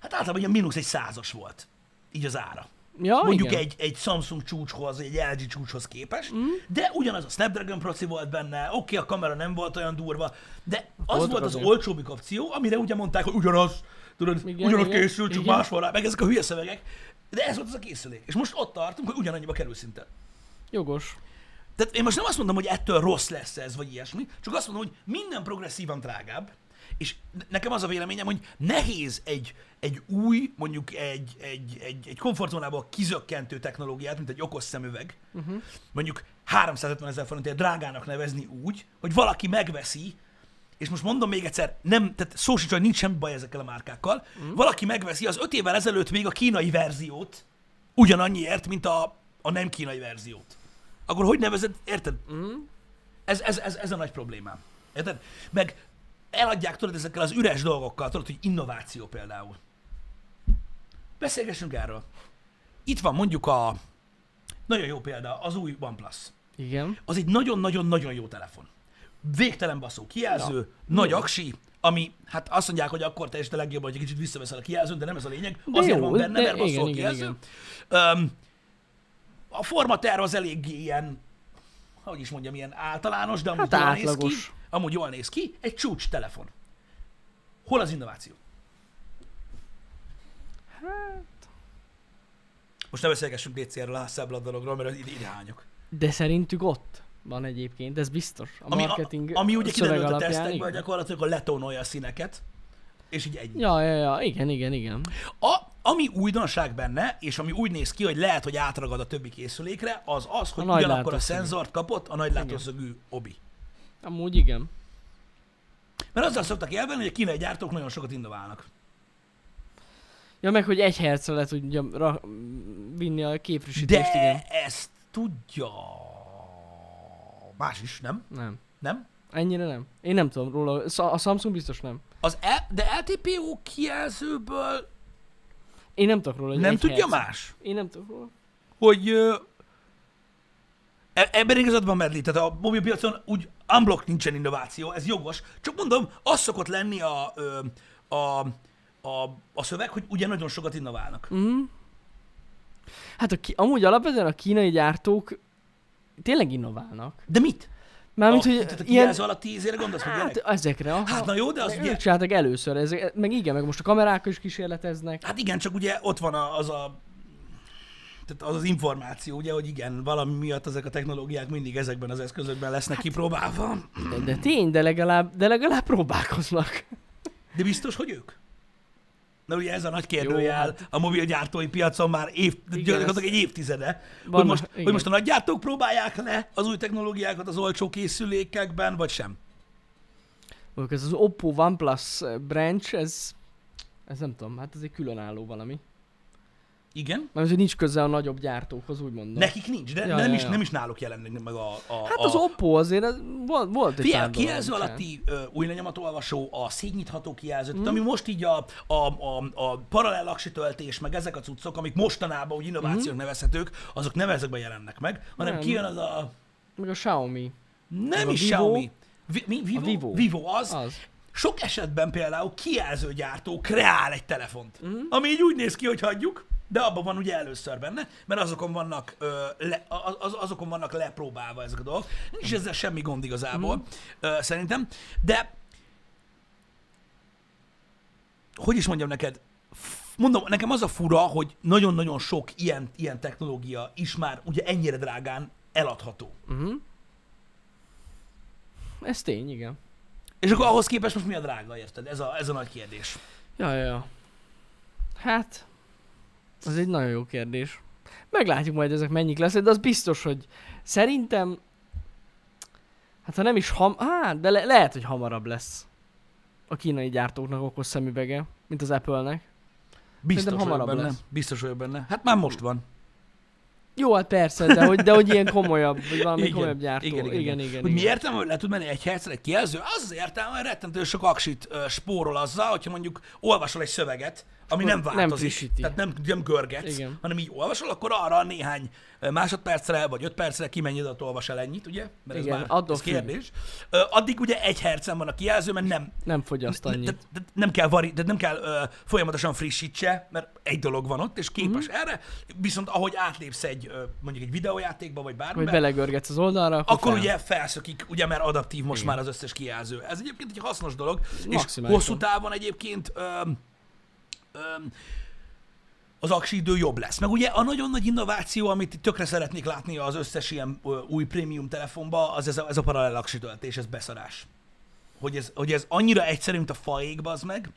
Speaker 1: hát általában ilyen mínusz egy százas volt, így az ára.
Speaker 2: Ja,
Speaker 1: Mondjuk
Speaker 2: igen.
Speaker 1: egy, egy Samsung csúcshoz, egy LG csúcshoz képest, mm. de ugyanaz a Snapdragon proci volt benne, oké, okay, a kamera nem volt olyan durva, de az
Speaker 2: Voltak
Speaker 1: volt az
Speaker 2: azért.
Speaker 1: olcsóbbik opció, amire ugye mondták, hogy ugyanaz, tudod,
Speaker 2: Igen,
Speaker 1: ugyanott
Speaker 2: igen,
Speaker 1: készül, csak
Speaker 2: igen.
Speaker 1: más van rá, meg ezek a hülye szövegek, de ez volt az a készülék. És most ott tartunk, hogy ugyanannyiba kerül szinte.
Speaker 2: Jogos.
Speaker 1: Tehát én most nem azt mondom, hogy ettől rossz lesz ez, vagy ilyesmi, csak azt mondom, hogy minden progresszívan drágább, és ne- nekem az a véleményem, hogy nehéz egy, egy új, mondjuk egy, egy, egy, egy komfortzónából kizökkentő technológiát, mint egy okos szemüveg, uh-huh. mondjuk 350 ezer forintért drágának nevezni úgy, hogy valaki megveszi, és most mondom még egyszer, nem, tehát szó sincs, hogy nincs semmi baj ezekkel a márkákkal, uh-huh. valaki megveszi az öt évvel ezelőtt még a kínai verziót, ugyanannyiért, mint a, a nem kínai verziót. Akkor hogy nevezed, érted? Ez, ez, ez, ez a nagy problémám. Érted? Meg eladják, tudod, ezekkel az üres dolgokkal, tudod, hogy innováció például. Beszélgessünk erről. Itt van mondjuk a... Nagyon jó példa, az új OnePlus.
Speaker 2: Igen.
Speaker 1: Az egy nagyon-nagyon-nagyon jó telefon. Végtelen baszó kijelző,
Speaker 2: Na.
Speaker 1: nagy
Speaker 2: Jó.
Speaker 1: aksi, ami, hát azt mondják, hogy akkor teljesít a legjobb, hogy egy kicsit visszaveszel a kijelzőn, de nem ez a lényeg.
Speaker 2: De
Speaker 1: Azért
Speaker 2: jó,
Speaker 1: van benne,
Speaker 2: de
Speaker 1: mert baszó
Speaker 2: igen,
Speaker 1: a
Speaker 2: igen,
Speaker 1: kijelző.
Speaker 2: igen.
Speaker 1: Öm, a formaterv az eléggé ilyen, hogy is mondjam, ilyen általános, de amúgy
Speaker 2: Hát
Speaker 1: jól néz
Speaker 2: átlagos.
Speaker 1: ki. Amúgy jól néz ki, egy csúcs telefon. Hol az innováció?
Speaker 2: Hát.
Speaker 1: Most ne beszélgessünk DCR-ről, a Hasselblad dologról, mert ide, ide hányok.
Speaker 2: De szerintük ott van egyébként, ez biztos. A
Speaker 1: Ami, a,
Speaker 2: marketing
Speaker 1: ami ugye
Speaker 2: szöveg
Speaker 1: kiderült a
Speaker 2: alapján,
Speaker 1: tesztekből,
Speaker 2: igen.
Speaker 1: gyakorlatilag a letónolja a színeket, és így egy.
Speaker 2: Ja, ja, ja, igen, igen, igen.
Speaker 1: A, ami újdonság benne, és ami úgy néz ki, hogy lehet, hogy átragad a többi készülékre, az az, hogy
Speaker 2: A
Speaker 1: a
Speaker 2: nagy
Speaker 1: ugyanakkor a
Speaker 2: látószögű.
Speaker 1: szenzort kapott a nagy látószögű obi.
Speaker 2: Amúgy igen.
Speaker 1: Mert azzal szoktak élben, hogy a kínai gyártók nagyon sokat innoválnak.
Speaker 2: Ja, meg hogy egy hercre le tudja ra- vinni a képfrissítést,
Speaker 1: De
Speaker 2: igen.
Speaker 1: ezt tudja más is, nem?
Speaker 2: Nem.
Speaker 1: Nem?
Speaker 2: Ennyire nem. Én nem tudom róla. Sz- A Samsung biztos nem.
Speaker 1: Az e- de LTPO kijelzőből
Speaker 2: Én nem tudok róla, hogy
Speaker 1: nem
Speaker 2: egy
Speaker 1: tudja
Speaker 2: herc.
Speaker 1: más,
Speaker 2: Én nem tudok róla.
Speaker 1: hogy ö, e- ebben igazad van Medli, tehát a mobilpiacon úgy unblock nincsen innováció, ez jogos. Csak mondom, az szokott lenni a, ö, a, a, a szöveg, hogy ugye nagyon sokat innoválnak.
Speaker 2: Mhm. Hát a ki- amúgy alapvetően a kínai gyártók tényleg innoválnak.
Speaker 1: De mit?
Speaker 2: Mármint,
Speaker 1: a,
Speaker 2: hogy
Speaker 1: tehát a
Speaker 2: ilyen...
Speaker 1: kijelző alatt tíz gondolsz, hogy
Speaker 2: Hát
Speaker 1: hát,
Speaker 2: ezekre, aha.
Speaker 1: hát na jó, de az
Speaker 2: Ők
Speaker 1: ugye,
Speaker 2: csináltak először, ezek, meg igen, meg most a kamerák is kísérleteznek.
Speaker 1: hát igen, csak ugye ott van a- az a tehát az az információ, ugye, hogy igen, valami miatt ezek a technológiák mindig ezekben az eszközökben lesznek
Speaker 2: Hát-
Speaker 1: kipróbálva.
Speaker 2: De, de tény, de legalább, de legalább próbálkoznak.
Speaker 1: De biztos, hogy ők? Na ugye ez a nagy kérdőjel Jó, hát. a mobilgyártói piacon már év, igen, gyakorlatilag
Speaker 2: ez-
Speaker 1: egy évtizede.
Speaker 2: Vannak-
Speaker 1: hogy, most,
Speaker 2: igen.
Speaker 1: hogy most a nagygyártók próbálják le az új technológiákat az olcsó készülékekben, vagy sem.
Speaker 2: Mondjuk ez az Oppo OnePlus eh, branch, ez, ez nem tudom, hát ez egy különálló valami.
Speaker 1: Igen?
Speaker 2: Mert hogy nincs köze a nagyobb gyártókhoz, úgy mondom.
Speaker 1: Nekik nincs, de, ja,
Speaker 2: Ja,
Speaker 1: de nem,
Speaker 2: ja,
Speaker 1: is,
Speaker 2: ja.
Speaker 1: nem is náluk jelenik meg a... a
Speaker 2: Hát az
Speaker 1: a,
Speaker 2: Oppo azért, ez volt, volt egy
Speaker 1: Figyelj, a
Speaker 2: pár dolog,
Speaker 1: kijelző
Speaker 2: bocsánat.
Speaker 1: alatti ö, új lenyomatolvasó, a szétnyitható kijelző,
Speaker 2: Mhm.
Speaker 1: mm. ami most így a, a, a, a paralel aksi töltés, meg ezek a cuccok, amik mostanában úgy innovációk mm. nevezhetők, azok nem ezekben jelennek meg, hanem
Speaker 2: Mhm. Nem.
Speaker 1: kijön az a...
Speaker 2: Meg a Xiaomi.
Speaker 1: Nem
Speaker 2: a
Speaker 1: is
Speaker 2: Vivo.
Speaker 1: Xiaomi. Vi, mi, Vivo?
Speaker 2: Vivo.
Speaker 1: Vivo az. az.
Speaker 2: Az.
Speaker 1: Sok esetben például kijelzőgyártó kreál egy telefont, mm. ami így úgy néz ki, hogy hagyjuk, de abban van ugye először benne, mert azokon vannak, ö, le, az, az, azokon vannak lepróbálva ezek a dolgok. Nincs ezzel semmi gond igazából, mm. ö, szerintem. De hogy is mondjam neked, F- mondom, nekem az a fura, hogy nagyon-nagyon sok ilyen, ilyen technológia is már ugye ennyire drágán eladható.
Speaker 2: Ez tény, igen.
Speaker 1: És akkor ahhoz képest most mi a drága, érted? Ez a, ez a nagy kérdés.
Speaker 2: Ja, ja, ja. Hát, az egy nagyon jó kérdés. Meglátjuk majd ezek mennyik lesz, de az biztos, hogy szerintem, hát ha nem is ham, hát, de le- lehet, hogy hamarabb lesz a kínai gyártóknak okos szemüvege, mint az Apple-nek.
Speaker 1: Biztos
Speaker 2: Szerintem
Speaker 1: vagyok
Speaker 2: hamarabb
Speaker 1: benne.
Speaker 2: lesz.
Speaker 1: Biztos vagyok benne. Hát már most van.
Speaker 2: Jó, hát persze, de hogy, de hogy ilyen komolyabb, vagy
Speaker 1: Igen,
Speaker 2: valami igen, komolyabb gyártó.
Speaker 1: igen, igen, igen.
Speaker 2: igen,
Speaker 1: Hogy mi
Speaker 2: igen.
Speaker 1: értem, hogy le tud menni egy hercre egy kijelző? Az az értelme, hogy rettentő sok aksit ö, spórol azzal, hogyha mondjuk olvasol egy szöveget, ami nem
Speaker 2: Nem
Speaker 1: változik.
Speaker 2: frissíti.
Speaker 1: Tehát nem, nem görgetsz,
Speaker 2: Igen.
Speaker 1: hanem így olvasol, akkor arra néhány ö, másodpercre vagy öt percre kimenj oda, olvas el ennyit, ugye? Mert
Speaker 2: Igen,
Speaker 1: ez már
Speaker 2: attól
Speaker 1: ez
Speaker 2: függ.
Speaker 1: kérdés. Ö, addig ugye egy hercen van a kijelző, mert nem,
Speaker 2: Nem fogyaszt
Speaker 1: Ne-
Speaker 2: annyit.
Speaker 1: Tehát, tehát nem kell, vari, tehát nem kell ö, folyamatosan frissítse, mert egy dolog van ott, és képes mm-hmm. erre, viszont ahogy átlépsz egy, ö, mondjuk egy videójátékba, vagy
Speaker 2: Hogy
Speaker 1: bármibe,
Speaker 2: belegörgetsz az oldalra, akkor,
Speaker 1: akkor
Speaker 2: fel.
Speaker 1: ugye felszökik, ugye mert adaptív most már az összes kijelző. Ez egyébként egy hasznos dolog, és
Speaker 2: Maximálisan.
Speaker 1: hosszú távon egyébként öm, öm, az aksi idő jobb lesz. Meg ugye a nagyon nagy innováció, amit tökre szeretnék látni az összes ilyen ö, új prémium telefonba, az ez a, ez a paralel aksi töltés, ez beszarás. Hogy ez, hogy ez annyira egyszerű, mint a faék, bazd meg,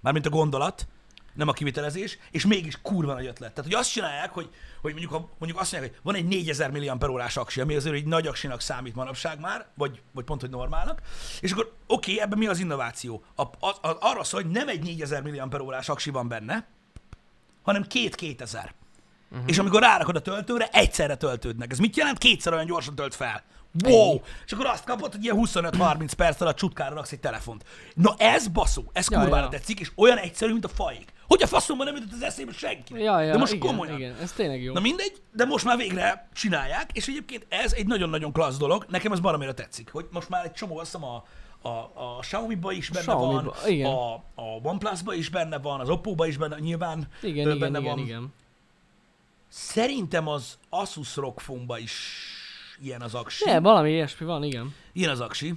Speaker 1: mármint a gondolat, nem a kivitelezés, és mégis kurva nagy ötlet. Tehát, hogy azt csinálják, hogy, hogy mondjuk, ha, mondjuk azt mondják, hogy van egy 4000 milliamperórás aksi, ami azért egy nagy aksinak számít manapság már, vagy, vagy pont, hogy normálnak, és akkor oké, okay, ebben mi az innováció? A, az, az, arra szól, hogy nem egy 4000 milliamperórás aksi van benne, hanem két 2000. Uh-huh. És amikor rárakod a töltőre, egyszerre töltődnek. Ez mit jelent? Kétszer olyan gyorsan tölt fel. Wow! És akkor azt kapod, hogy ilyen 25-30 perc alatt csutkára raksz egy telefont. Na ez baszó, ez
Speaker 2: Ja,
Speaker 1: kurvára
Speaker 2: ja.
Speaker 1: tetszik, és olyan egyszerű, mint a faik. Hogy a faszomban nem jutott az eszébe senkinek?
Speaker 2: Ja, ja,
Speaker 1: de most
Speaker 2: igen,
Speaker 1: komolyan.
Speaker 2: Igen, ez tényleg jó.
Speaker 1: Na mindegy, de most már végre csinálják, és egyébként ez egy nagyon-nagyon klassz dolog, nekem ez baromira tetszik, hogy most már egy csomó, azt hiszem a, a, a Xiaomi-ba is benne van,
Speaker 2: Xiaomi-ba, igen.
Speaker 1: a, a OnePlus-ba is benne van, az Oppo-ba is benne, nyilván
Speaker 2: igen,
Speaker 1: ö,
Speaker 2: igen,
Speaker 1: benne
Speaker 2: igen,
Speaker 1: van.
Speaker 2: igen.
Speaker 1: Szerintem az Asus ROG phone is ilyen az aksi.
Speaker 2: Ne, valami ilyesmi van, igen. Ilyen.
Speaker 1: Ilyen az aksi.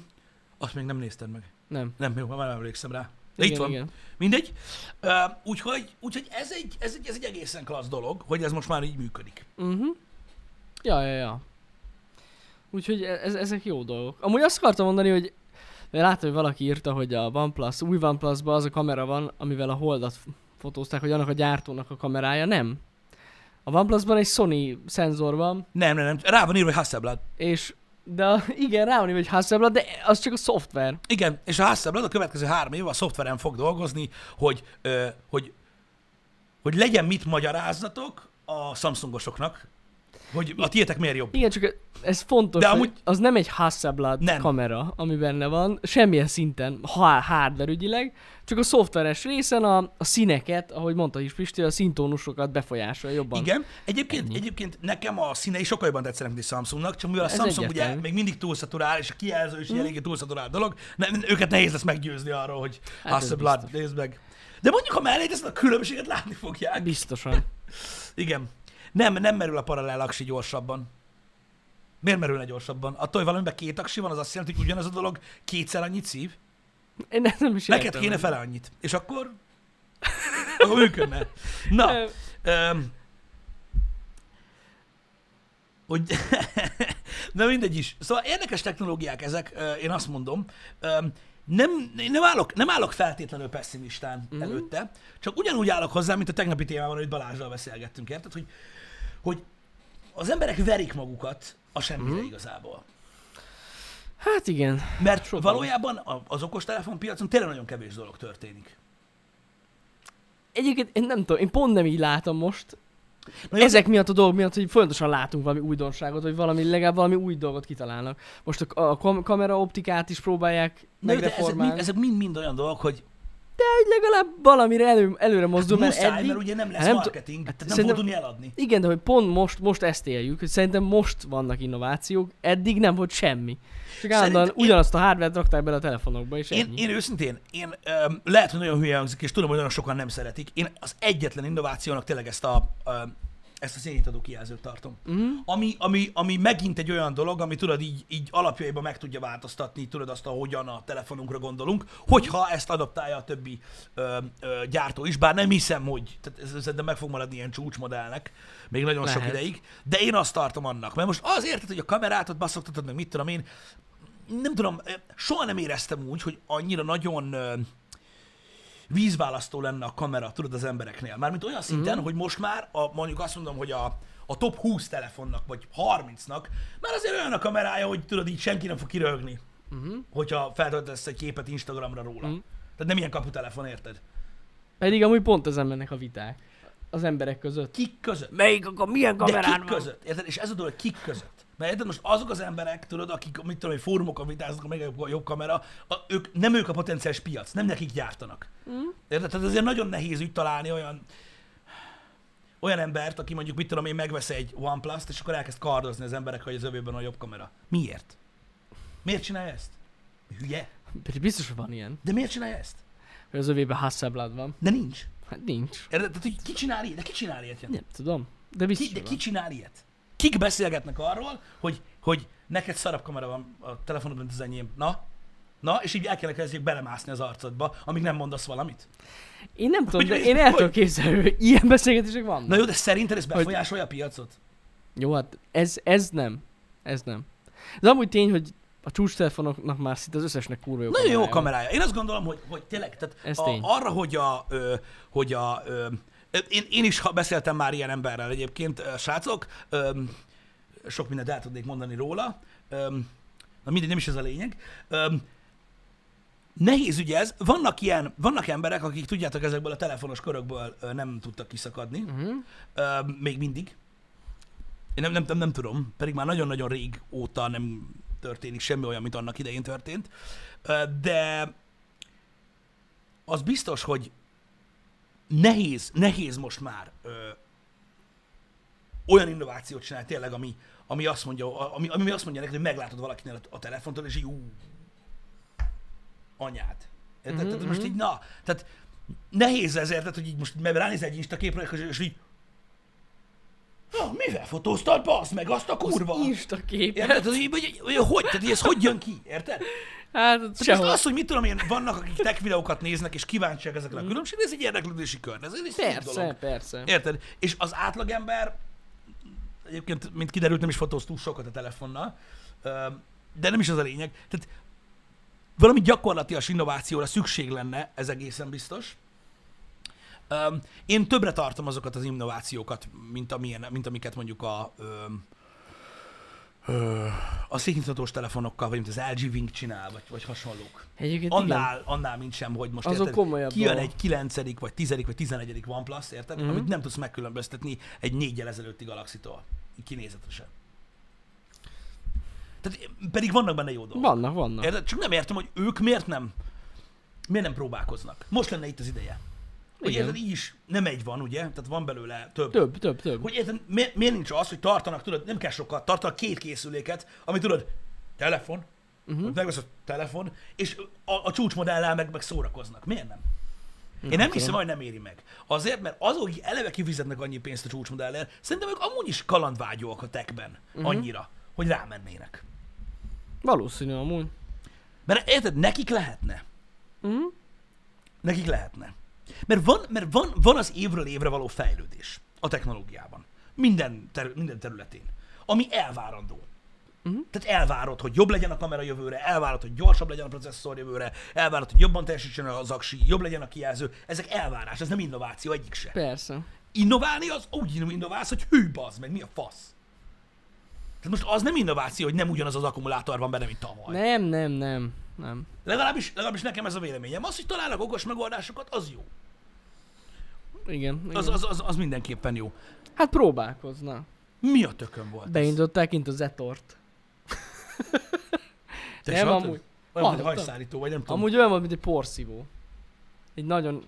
Speaker 1: Azt még nem nézted meg.
Speaker 2: Nem.
Speaker 1: Nem, jó, már nem emlékszem rá. De
Speaker 2: Igen,
Speaker 1: itt van.
Speaker 2: igen.
Speaker 1: Mindegy. Ö, Úgyhogy, úgyhogy ez, egy, ez, egy, ez egy egészen klassz dolog, hogy ez most már így működik.
Speaker 2: Uh-huh. Ja, ja, ja. Úgyhogy e, ez, ezek jó dolgok. Amúgy azt akartam mondani, hogy mert láttam, hogy valaki írta, hogy a OnePlus, új OnePlusban az a kamera van, amivel a holdat f- fotózták, hogy annak a gyártónak a kamerája. Nem. A OnePlusban egy Sony szenzor van,
Speaker 1: Nem, nem, nem. Rá van írva, hogy Hasselblad.
Speaker 2: és De igen, rá van írva, hogy Hasselblad, de az csak a szoftver.
Speaker 1: Igen, és a Hasselblad a következő három évben a szoftveren fog dolgozni, hogy, ö, hogy, hogy legyen mit magyarázzatok a Samsungosoknak, hogy a tiétek miért jobb.
Speaker 2: Igen, csak ez fontos,
Speaker 1: De
Speaker 2: de amúgy...
Speaker 1: amúgy-
Speaker 2: az nem egy Hasselblad
Speaker 1: Nem.
Speaker 2: nem. kamera, ami benne van, semmilyen szinten, ha hardware ügyileg, csak a szoftveres részen a, a színeket, ahogy mondta is Pisti, a szintónusokat befolyásolja jobban.
Speaker 1: Igen. Egyébként, egyébként nekem a színei sokkal jobban tetszenek, mint a Samsungnak, csak mivel a
Speaker 2: Ez
Speaker 1: Samsung ugye
Speaker 2: egyértelmű. Mhm.
Speaker 1: még mindig túlszaturál, és a kijelző is mm. eléggé túlszaturál dolog, ne, ne- őket nehéz lesz meggyőzni arról, hogy
Speaker 2: Hát ez
Speaker 1: Hasselblad, nézd meg. De mondjuk, ha mellé tesznek, a különbséget látni fogják.
Speaker 2: Biztosan.
Speaker 1: Igen. Nem, nem merül a paralel aksi gyorsabban. Miért merülne gyorsabban? Attól, hogy valamiben két aksi van, az azt jelenti, hogy ugyanaz a dolog kétszer annyit szív.
Speaker 2: Én ezt nem is
Speaker 1: Neked
Speaker 2: értem.
Speaker 1: kéne fele annyit. És akkor... akkor működne. Na,
Speaker 2: Nem.
Speaker 1: Öm, hogy... Na mindegy is. Szóval érdekes technológiák ezek, ö, én azt mondom. Öm, nem, én nem, állok, nem állok feltétlenül pessimistán
Speaker 2: Mhm.
Speaker 1: mm. előtte, csak ugyanúgy állok hozzá, mint a tegnapi témában, amit Balázsral beszélgettünk, érted? Hogy, hogy az emberek verik magukat a semmire
Speaker 2: Mhm.
Speaker 1: mm. igazából.
Speaker 2: Hát igen.
Speaker 1: Mert
Speaker 2: Sokan.
Speaker 1: valójában a- az okostelefonpiacon tényleg nagyon kevés dolog történik.
Speaker 2: Egyébként én nem tudom, én pont nem így látom most.
Speaker 1: Na, jó,
Speaker 2: Ezek miatt a dolgok miatt, hogy folyamatosan látunk valami újdonságot, vagy valami, legalább valami új dolgot kitalálnak. Most a, a kam- kamera optikát is próbálják
Speaker 1: na jó, de ezek
Speaker 2: megreformálni.
Speaker 1: mind- ezek mind-mind olyan dolgok, hogy
Speaker 2: Hogy legalább valamire elő, előre mozdul, mert
Speaker 1: muszáj,
Speaker 2: eddig...
Speaker 1: mert ugye nem lesz
Speaker 2: Hát nem tud-
Speaker 1: marketing,
Speaker 2: hát
Speaker 1: tehát nem
Speaker 2: szerintem-
Speaker 1: fogod tudni eladni.
Speaker 2: Igen, de hogy pont most, most ezt éljük, hogy szerintem most vannak innovációk, eddig nem volt semmi. Csak állandóan
Speaker 1: Szerintem én-
Speaker 2: ugyanazt a hardware rakták bele a telefonokba, és
Speaker 1: Én,
Speaker 2: ennyi.
Speaker 1: én őszintén, én öm, lehet, hogy nagyon hülye hangzik, és tudom, hogy nagyon sokan nem szeretik. Én az egyetlen innovációnak tényleg ezt a, öm, ezt a szénítadó kijelzőt tartom.
Speaker 2: Mhm.
Speaker 1: Ami, ami, ami megint egy olyan dolog, ami tudod, így, így alapjaiban meg tudja változtatni, tudod azt, ahogyan a telefonunkra gondolunk, hogyha ezt adaptálja a többi ö, ö, gyártó is, bár nem hiszem, hogy tehát ez, ez szerintem meg fog maradni ilyen csúcsmodellnek, még nagyon Lehet. sok
Speaker 2: Lehet.
Speaker 1: ideig, de én azt tartom annak, mert most az érted, hogy a kamerát ott baszoktatod, meg mit tudom én, nem tudom, ö, soha nem éreztem úgy, hogy annyira nagyon ö, vízválasztó lenne a kamera, tudod, az embereknél. Mármint olyan szinten, mm-hmm. hogy most már, a, mondjuk azt mondom, hogy a, a top 20 telefonnak, vagy 30-nak, már azért olyan a kamerája, hogy tudod, így senki nem fog kiröhögni, mm-hmm. hogyha feltöltesz egy képet Instagramra róla. Mm. Tehát nem ilyen kaputelefon, érted?
Speaker 2: Pedig amúgy pont ezen mennek a viták. Az emberek között.
Speaker 1: Kik között?
Speaker 2: Melyik a milyen
Speaker 1: De
Speaker 2: kamerán
Speaker 1: kik között? Érted? És ez a dolog, hogy kik között? Mert érted, most azok az emberek, tudod, akik, mit tudom, hogy fórumokon vitáznak, meg a jobb kamera, a, ők, nem ők a potenciális piac, nem nekik gyártanak. Mm. Érted? Tehát azért nagyon nehéz úgy találni olyan, olyan embert, aki mondjuk, mit tudom én, megvesz egy OnePlus-t, és akkor elkezd kardozni az emberek, hogy az övében a jobb kamera. Miért? Miért csinálja ezt? Hülye?
Speaker 2: Pedig biztos, hogy van ilyen,
Speaker 1: De miért csinálja ezt?
Speaker 2: hogy az övében Hasselblad van.
Speaker 1: De nincs.
Speaker 2: Hát nincs.
Speaker 1: Érted? Tehát, hogy ki csinál ilyet? De ki csinál ilyet? Jani?
Speaker 2: Nem tudom. De biztos,
Speaker 1: Ki,
Speaker 2: ki,
Speaker 1: de
Speaker 2: van.
Speaker 1: ki csinál ilyet? Kik beszélgetnek arról, hogy, hogy neked szarabb kamera van a telefonodban, mint az enyém? Na? Na, és így el kellene kezdjük belemászni az arcodba, amíg nem mondasz valamit.
Speaker 2: Én nem tudom,
Speaker 1: Hogy-
Speaker 2: de én el
Speaker 1: hogy-
Speaker 2: tudom képzelni, hogy ilyen beszélgetések vannak.
Speaker 1: Na jó, de szerinted ez befolyásolja a piacot?
Speaker 2: Jó, hát ez, ez nem. Ez nem. De amúgy tény, hogy a csúcstelefonoknak már szinte az összesnek kurva jó
Speaker 1: Nagyon jó
Speaker 2: kamerája van.
Speaker 1: kamerája. Én azt gondolom, hogy, hogy tényleg, tehát
Speaker 2: Ez
Speaker 1: a,
Speaker 2: tény.
Speaker 1: arra, hogy a, ö, hogy a ö, én, én is ha- beszéltem már ilyen emberrel egyébként, ö, srácok, ö, sok mindent el tudnék mondani róla, ö, na mindegy, nem is ez a lényeg. Ö, Nehéz ugye ez. Vannak ilyen, vannak emberek, akik tudjátok, ezekből a telefonos körökből ö, nem tudtak kiszakadni.
Speaker 2: Mhm.
Speaker 1: Uh-huh. Ö, még mindig. Én nem, nem, nem, nem tudom, pedig már nagyon-nagyon rég óta nem történik semmi olyan, mint annak idején történt. Ö, de az biztos, hogy nehéz, nehéz most már ö, olyan innovációt csinálni tényleg, ami, ami azt mondja, a- ami, ami azt mondja neked, hogy meglátod valakinél a- a telefontól, és így ú, anyád. Érted? Tehát most így, na, tehát nehéz ezért, tehát, hogy így most mert ránéz egy Insta képre, és, és így, na, mivel fotóztad, bazd meg azt a kurva?
Speaker 2: Az Insta képet.
Speaker 1: Érted? Tehát, Hogy, hogy, hogy, hogy, tehát, hogy ez hogy jön ki, érted?
Speaker 2: Hát ott
Speaker 1: Most
Speaker 2: sehol.
Speaker 1: az, hogy mit tudom én, vannak, akik tech videókat néznek, és kíváncsiak ezekre a különbségre, ez egy érdeklődési kör. Ez egy szép
Speaker 2: Persze,
Speaker 1: dolog.
Speaker 2: persze.
Speaker 1: Érted? És az átlagember, egyébként, mint kiderült, nem is fotóz túl sokat a telefonnal, öm, de nem is az a lényeg. Tehát valami gyakorlatias innovációra szükség lenne, ez egészen biztos. Öm, Én többre tartom azokat az innovációkat, mint, amilyen, mint amiket mondjuk a, öm, ö, a sziknyithatós telefonokkal, vagy mint az LG Wing csinál, vagy, vagy hasonlók.
Speaker 2: Egyébként igen.
Speaker 1: Annál, annál mint sem, hogy most
Speaker 2: Azok komolyabb
Speaker 1: kijön
Speaker 2: dolgok.
Speaker 1: egy 9. vagy 10. vagy 11. OnePlus, érted?
Speaker 2: Mhm.
Speaker 1: Amit nem tudsz megkülönböztetni egy négyel ezelőtti Galaxy-tól. így Kinézetesen. Tehát pedig vannak benne jó dolgok.
Speaker 2: Vannak, vannak.
Speaker 1: Érted? Csak nem értem, hogy ők miért nem, miért nem próbálkoznak. Most lenne itt az ideje. Hogy
Speaker 2: Igen.
Speaker 1: érted, így is nem egy van, ugye? Tehát van belőle több.
Speaker 2: Több, több, több.
Speaker 1: Hogy érted, mi, miért nincs az, hogy tartanak, tudod, nem kell sokat, tartanak két készüléket, amit tudod, telefon, uh-huh. megveszed telefon, és a, a csúcsmodellel meg, meg szórakoznak. Miért nem? Én nem hiszem, hogy nem éri meg. Azért, mert azok, akik eleve kifizetnek annyi pénzt a csúcsmodellért, szerintem ők amúgy is kalandvágyóak a techben uh-huh. annyira, hogy rámennének.
Speaker 2: Valószínű amúgy.
Speaker 1: Mert érted, nekik lehetne.
Speaker 2: Mhm.
Speaker 1: Nekik lehetne. Mert van, mert van, van az évről évre való fejlődés a technológiában. Minden, ter, minden területén. Ami elvárandó. Uh-huh. Tehát elvárod, hogy jobb legyen a kamera jövőre, elvárod, hogy gyorsabb legyen a processzor jövőre, elvárod, hogy jobban teljesítsen az aksi, jobb legyen a kijelző. Ezek elvárás, ez nem innováció egyik se.
Speaker 2: Persze.
Speaker 1: Innoválni az úgy innoválsz, hogy hű, bazd meg, mi a fasz. Tehát most az nem innováció, hogy nem ugyanaz az akkumulátor van benne, mint tavaly.
Speaker 2: Nem, nem, nem. Nem.
Speaker 1: Legalábbis, legalábbis nekem ez a véleményem. Az, hogy találnak okos megoldásokat, az jó.
Speaker 2: Igen. igen.
Speaker 1: Az, az, az, az mindenképpen jó.
Speaker 2: Hát próbálkozna.
Speaker 1: Mi a tökön volt?
Speaker 2: Beindították kint az etort.
Speaker 1: Te
Speaker 2: nem,
Speaker 1: is hallottad?
Speaker 2: amúgy.
Speaker 1: Olyan, mint egy
Speaker 2: Hallottam.
Speaker 1: hajszárító, vagy nem tudom.
Speaker 2: Amúgy olyan volt, mint egy porszívó. Egy nagyon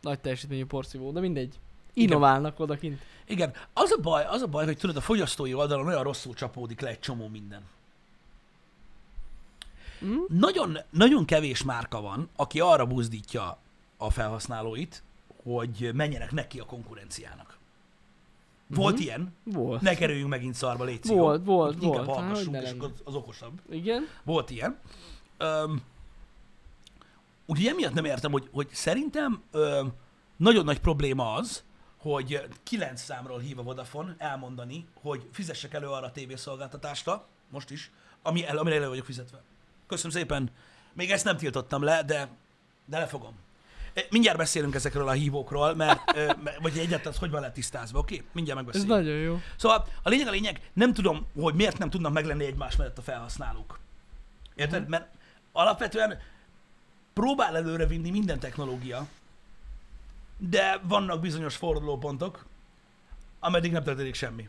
Speaker 2: nagy teljesítményű porszívó, de mindegy. Innoválnak odakint.
Speaker 1: Igen, az a baj, az a baj, hogy tudod, a fogyasztói oldalon olyan rosszul csapódik le egy csomó minden.
Speaker 2: Mm.
Speaker 1: Nagyon, nagyon kevés márka van, aki arra buzdítja a felhasználóit, hogy menjenek neki a konkurenciának. Volt mm-hmm. ilyen?
Speaker 2: Hmm? Volt.
Speaker 1: Ne kerüljünk megint szarba, légy szíves.
Speaker 2: Volt, volt,
Speaker 1: Inkább
Speaker 2: volt. Hát,
Speaker 1: hallgassunk,
Speaker 2: hogy ne
Speaker 1: és
Speaker 2: lenne.
Speaker 1: akkor az okosabb.
Speaker 2: Igen.
Speaker 1: Volt ilyen. Öm, úgyhogy emiatt nem értem, hogy, hogy szerintem öm, nagyon nagy probléma az, hogy kilenc számról hív a Vodafone elmondani, hogy fizessek elő arra a tévészolgáltatásra, most is, ami el, amire elő vagyok fizetve. Köszönöm szépen. Még ezt nem tiltottam le, de, de lefogom. E, Mindjárt beszélünk ezekről a hívókról, mert, ö, mert- vagy egyáltalán ez hogy van letisztázva, oké? Mindjárt
Speaker 2: Ez
Speaker 1: megbeszéljük.
Speaker 2: nagyon jó.
Speaker 1: Szóval a lényeg a lényeg, nem tudom, hogy miért nem tudnak meglenni egymás mellett a felhasználók. Érted? Uh-huh.
Speaker 2: Mhm.
Speaker 1: Mert alapvetően próbál előrevinni minden technológia, de vannak bizonyos fordulópontok, ameddig nem történik semmi.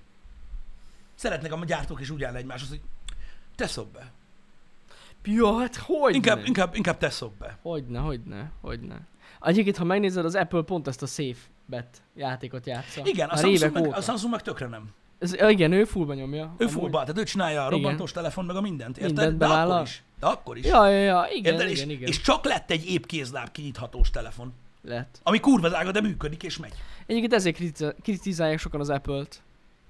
Speaker 1: Szeretnek a gyártók is úgy állni egymáshoz, hogy te szob be.
Speaker 2: Ja, hát hogy
Speaker 1: Inkább, inkább, inkább te szob be.
Speaker 2: Hogyne, hogyne, hogyne. Egyébként, ha megnézed, az Apple pont ezt a safe bet játékot játsza.
Speaker 1: Igen, a
Speaker 2: Már
Speaker 1: Samsung,
Speaker 2: évek
Speaker 1: meg,
Speaker 2: óta.
Speaker 1: a Samsung meg tökre nem.
Speaker 2: Ez, igen, ő fullba nyomja.
Speaker 1: Ő
Speaker 2: amúgy.
Speaker 1: fullba, tehát ő csinálja a
Speaker 2: Igen.
Speaker 1: robbantós telefon, meg a mindent, érted?
Speaker 2: Mindent
Speaker 1: de akkor
Speaker 2: bevállal.
Speaker 1: is. De akkor is.
Speaker 2: Ja, ja, ja, igen,
Speaker 1: Érted?
Speaker 2: igen,
Speaker 1: és,
Speaker 2: igen, igen.
Speaker 1: és csak lett egy épp kézláb kinyithatós telefon,
Speaker 2: Lett.
Speaker 1: ami kurva drága, de működik és megy.
Speaker 2: Egyébként ezért kritiza- kritizálják sokan az Apple-t,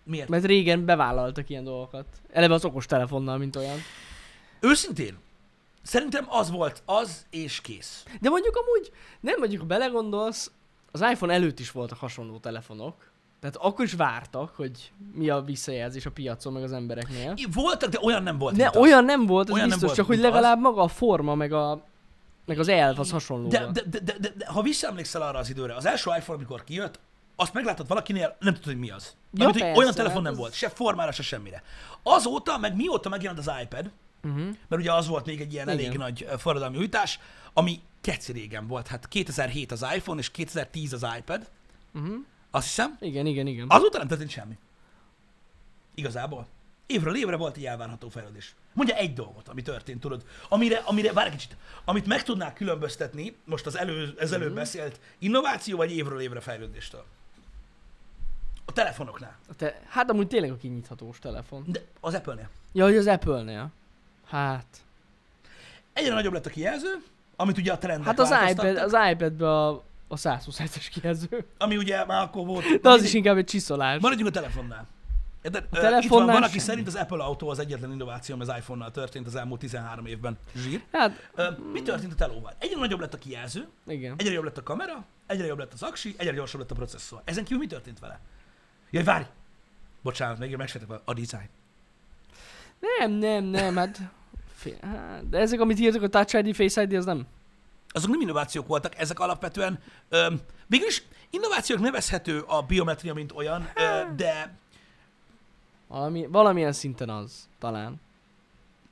Speaker 1: Miért? Mert...
Speaker 2: mert régen bevállaltak ilyen dolgokat. Eleve az okos telefonnal, mint olyan.
Speaker 1: Őszintén, szerintem az volt az, és kész.
Speaker 2: De mondjuk amúgy, nem mondjuk, ha belegondolsz, az iPhone előtt is voltak hasonló telefonok. Tehát akkor is vártak, hogy mi a visszajelzés a piacon, meg az embereknél.
Speaker 1: Voltak, de olyan nem volt.
Speaker 2: Ne,
Speaker 1: mint az.
Speaker 2: olyan nem volt, ez
Speaker 1: Olyan
Speaker 2: olyan
Speaker 1: nem volt,
Speaker 2: biztos, csak hogy
Speaker 1: mint az.
Speaker 2: legalább maga a forma, meg, a, meg az elv az hasonló.
Speaker 1: De,
Speaker 2: volt.
Speaker 1: de, de, de, de, de, ha visszaemlékszel arra az időre, az első iPhone, amikor kijött, azt meglátod valakinél, nem tudod, hogy mi az. Ja, Amit, hogy
Speaker 2: persze,
Speaker 1: olyan telefon
Speaker 2: hát
Speaker 1: nem
Speaker 2: ez-
Speaker 1: volt, se formára, se semmire. Azóta, meg mióta megjelent az iPad,
Speaker 2: uh-huh.
Speaker 1: mert ugye az volt még egy ilyen Igen. elég
Speaker 2: Igen.
Speaker 1: nagy ö, forradalmi újítás, ami keci régen volt. Hát 2007 az iPhone, és 2010 az iPad.
Speaker 2: Mhm.
Speaker 1: Azt hiszem.
Speaker 2: Igen, igen, igen.
Speaker 1: Azóta nem történt semmi. Igazából. Évről évre volt egy elvárható fejlődés. Mondja egy dolgot, ami történt, tudod. Amire, amire, várj egy kicsit, amit meg tudnák különböztetni, most az elő, ez
Speaker 2: Mhm.
Speaker 1: előbb beszélt innováció vagy évről évre fejlődéstől. A telefonoknál.
Speaker 2: Te, hát amúgy tényleg a kinyithatós telefon.
Speaker 1: De az Apple-nél.
Speaker 2: Ja, hogy az Apple-nél. Hát.
Speaker 1: Egyre nagyobb lett a kijelző, amit ugye a trendek
Speaker 2: Hát az, iPad,
Speaker 1: változtattak,
Speaker 2: az iPad-be a, a 127-es kijelző.
Speaker 1: ami ugye már akkor volt.
Speaker 2: De az
Speaker 1: mindegy.
Speaker 2: is inkább egy csiszolás.
Speaker 1: Maradjunk a telefonnál. Érted? Ö, Itt van,
Speaker 2: telefonnál
Speaker 1: van, aki
Speaker 2: semmi.
Speaker 1: szerint az Apple autó az egyetlen innováció, ami az iPhone-nal történt az elmúlt 13 évben. Zsír.
Speaker 2: Hát,
Speaker 1: Ö, mi történt a telóval? Egyre nagyobb lett a kijelző,
Speaker 2: igen.
Speaker 1: egyre jobb lett a kamera, egyre jobb lett az aksi, egyre gyorsabb lett a processzor. Ezen kívül mi történt vele? Jaj, várj! Bocsánat, még megsértek a design.
Speaker 2: Nem, nem, nem, hát... Fél, hát de ezek, amit írtak a Touch ID, Face ID, az nem.
Speaker 1: Azok nem innovációk voltak, ezek alapvetően... Ö, végülis innovációk nevezhető a biometria, mint olyan, ö, de
Speaker 2: Valami, valamilyen szinten az, talán.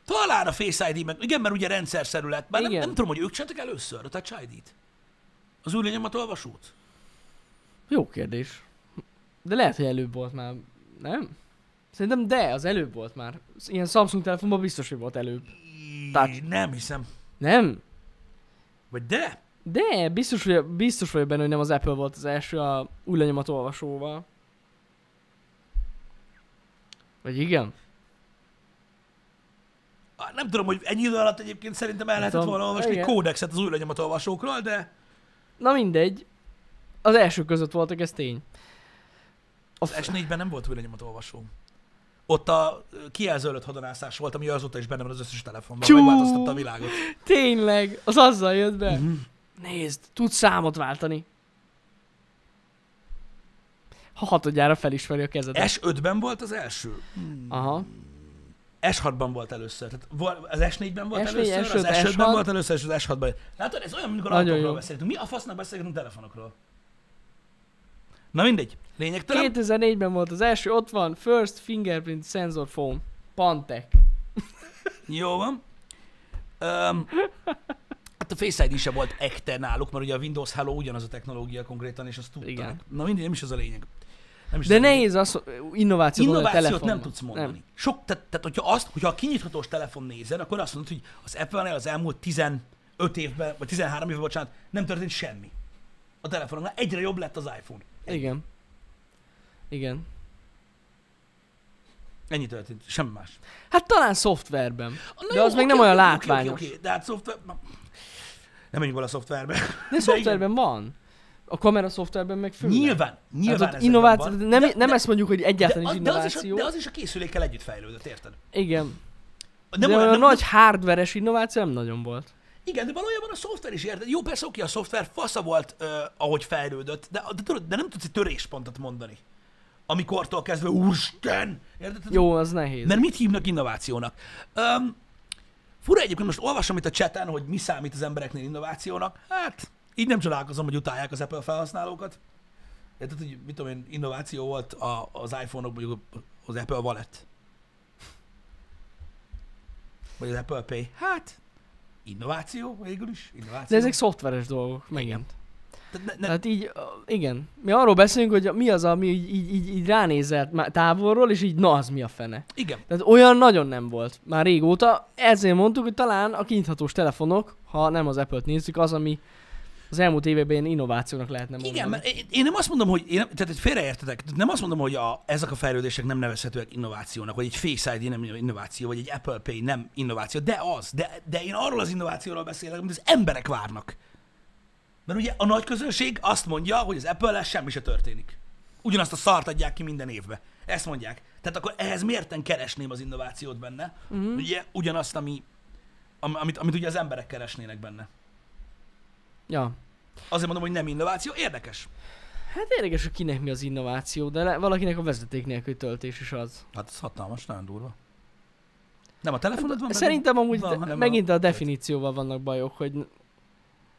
Speaker 1: Talán a Face ID meg... Igen, mert ugye rendszer lett. Már nem,
Speaker 2: Igen.
Speaker 1: nem, tudom, hogy ők csináltak először a Touch ID-t. Az új lenyomat olvasót.
Speaker 2: Jó kérdés. De lehet, hogy előbb volt már, nem? Szerintem de, az előbb volt már. Ilyen Samsung telefonban biztos, hogy volt előbb. Touch.
Speaker 1: Nem hiszem.
Speaker 2: Nem?
Speaker 1: Vagy de?
Speaker 2: De, biztos, hogy, biztos vagyok benne, hogy nem az Apple volt az első a új lenyomat olvasóval. Vagy igen?
Speaker 1: Ah, Nem tudom, hogy ennyi idő alatt egyébként szerintem el lehetett
Speaker 2: tudom.
Speaker 1: volna olvasni egy
Speaker 2: Igen.
Speaker 1: kódexet az új lenyomat olvasókról, de
Speaker 2: Na mindegy. Az első között voltak, ez tény. A
Speaker 1: az S4-ben nem volt új lenyomat olvasó. Ott a ö, kijelzőlött hadonászás volt, ami azóta is benne van az összes telefonban.
Speaker 2: Tyú!
Speaker 1: Megváltoztatta a világot.
Speaker 2: Tényleg, az azzal jött be. Uh-huh. Nézd, tudsz számot váltani. Ha hatodjára felismeri a kezedet.
Speaker 1: S5-ben volt az első.
Speaker 2: Aha.
Speaker 1: S6-ban volt először. Tehát vol- az S4-ben volt
Speaker 2: S4,
Speaker 1: először, az
Speaker 2: S5,
Speaker 1: S5-ben
Speaker 2: S6.
Speaker 1: volt először, és az S6-ban. Látod, ez olyan, mint amikor
Speaker 2: Nagyon
Speaker 1: autókról
Speaker 2: jó.
Speaker 1: beszéltünk. Mi a fasznak beszélgetünk telefonokról? Na mindegy, lényegtelen.
Speaker 2: 2004-ben volt az első, ott van, First Fingerprint Sensor Phone, Pantek.
Speaker 1: Jó van. Um, hát a Face ID se volt ekte náluk, mert ugye a Windows Hello ugyanaz a technológia konkrétan, és azt tudták.
Speaker 2: Igen.
Speaker 1: Na mindegy, nem is az a lényeg. Nem is
Speaker 2: De
Speaker 1: az a lényeg.
Speaker 2: nehéz az, innovációt,
Speaker 1: Innovációt nem tudsz mondani. Nem. Sok, tehát, tehát hogyha, azt, hogyha a kinyithatós telefon nézel, akkor azt mondod, hogy az Apple-nél az elmúlt 15 évben, vagy 13 évben, bocsánat, nem történt semmi. A telefonoknál egyre jobb lett az iPhone.
Speaker 2: Nem. Igen. Igen.
Speaker 1: Ennyi történt, semmi más.
Speaker 2: Hát talán szoftverben.
Speaker 1: Na
Speaker 2: De az meg nem olyan látványos.
Speaker 1: Oké, oké, de hát szoftver... Nem menjünk bele a szoftverbe.
Speaker 2: De szoftverben van. A kamera szoftverben meg főleg.
Speaker 1: Nyilván, nyilván
Speaker 2: hát ott
Speaker 1: ezekben
Speaker 2: innováció,
Speaker 1: van.
Speaker 2: de nem,
Speaker 1: De-
Speaker 2: nem
Speaker 1: de-
Speaker 2: ezt mondjuk, hogy egyáltalán
Speaker 1: de,
Speaker 2: is
Speaker 1: a- de, az is a,
Speaker 2: innováció.
Speaker 1: de az is a készülékkel együtt fejlődött, érted?
Speaker 2: Igen.
Speaker 1: Nem
Speaker 2: Nem de
Speaker 1: olyan,
Speaker 2: olyan
Speaker 1: nem,
Speaker 2: nagy hardveres innováció nem nagyon volt.
Speaker 1: Igen, de valójában a szoftver is érted. Jó, persze, oké, a szoftver fasza volt, ö, ahogy fejlődött, de, de, tudod, de nem tudsz egy töréspontot mondani. Amikortól kezdve, úristen! Érted?
Speaker 2: Jó, az nehéz.
Speaker 1: Mert mit hívnak innovációnak? Um, fura egyébként most olvasom itt a chaten, hogy mi számít az embereknél innovációnak. Hát, így nem csodálkozom, hogy utálják az Apple felhasználókat. Érted, hogy mit tudom én, innováció volt a, az iPhone-ok, mondjuk az Apple Wallet. Vagy az Apple Pay. Hát, innováció végül is, innováció.
Speaker 2: De ezek hát szoftveres dolgok, megint.
Speaker 1: Tehát ne, ne,
Speaker 2: Tehát így, ö, igen. Mi arról beszélünk, hogy mi az, ami így, így, így, így ránézett má- távolról, és így na, az mi a fene.
Speaker 1: igen.
Speaker 2: Tehát olyan nagyon nem volt már régóta. Ezért mondtuk, hogy talán a kinyithatós telefonok, ha nem az Apple-t nézzük, az, ami az elmúlt években ilyen innovációnak lehetne mondani.
Speaker 1: Igen, mert én- én nem azt mondom, hogy, én nem, tehát hogy félreértetek, Tehát nem azt mondom, hogy a, ezek a fejlődések nem nevezhetőek innovációnak, vagy egy Face ID nem innováció, vagy egy Apple Pay nem innováció, de az, de, de én arról az innovációról beszélek, amit az emberek várnak. Mert ugye a nagy közönség azt mondja, hogy az Apple-lel semmi se történik. Ugyanazt a szart adják ki minden évbe. Ezt mondják. Tehát akkor ehhez miérten keresném az innovációt benne? Mm. Ugye ugyanazt, ami, am- amit, amit ugye az emberek keresnének benne.
Speaker 2: Ja.
Speaker 1: Azért mondom, hogy nem innováció. Érdekes.
Speaker 2: Hát érdekes, hogy kinek mi az innováció, de le- valakinek a vezeték nélkül töltés is az.
Speaker 1: Hát ez hatalmas, nagyon durva. Nem a telefonod van?
Speaker 2: Hát Szerintem amúgy
Speaker 1: van, hanem
Speaker 2: van,
Speaker 1: a-
Speaker 2: megint a definícióval vannak bajok, hogy n-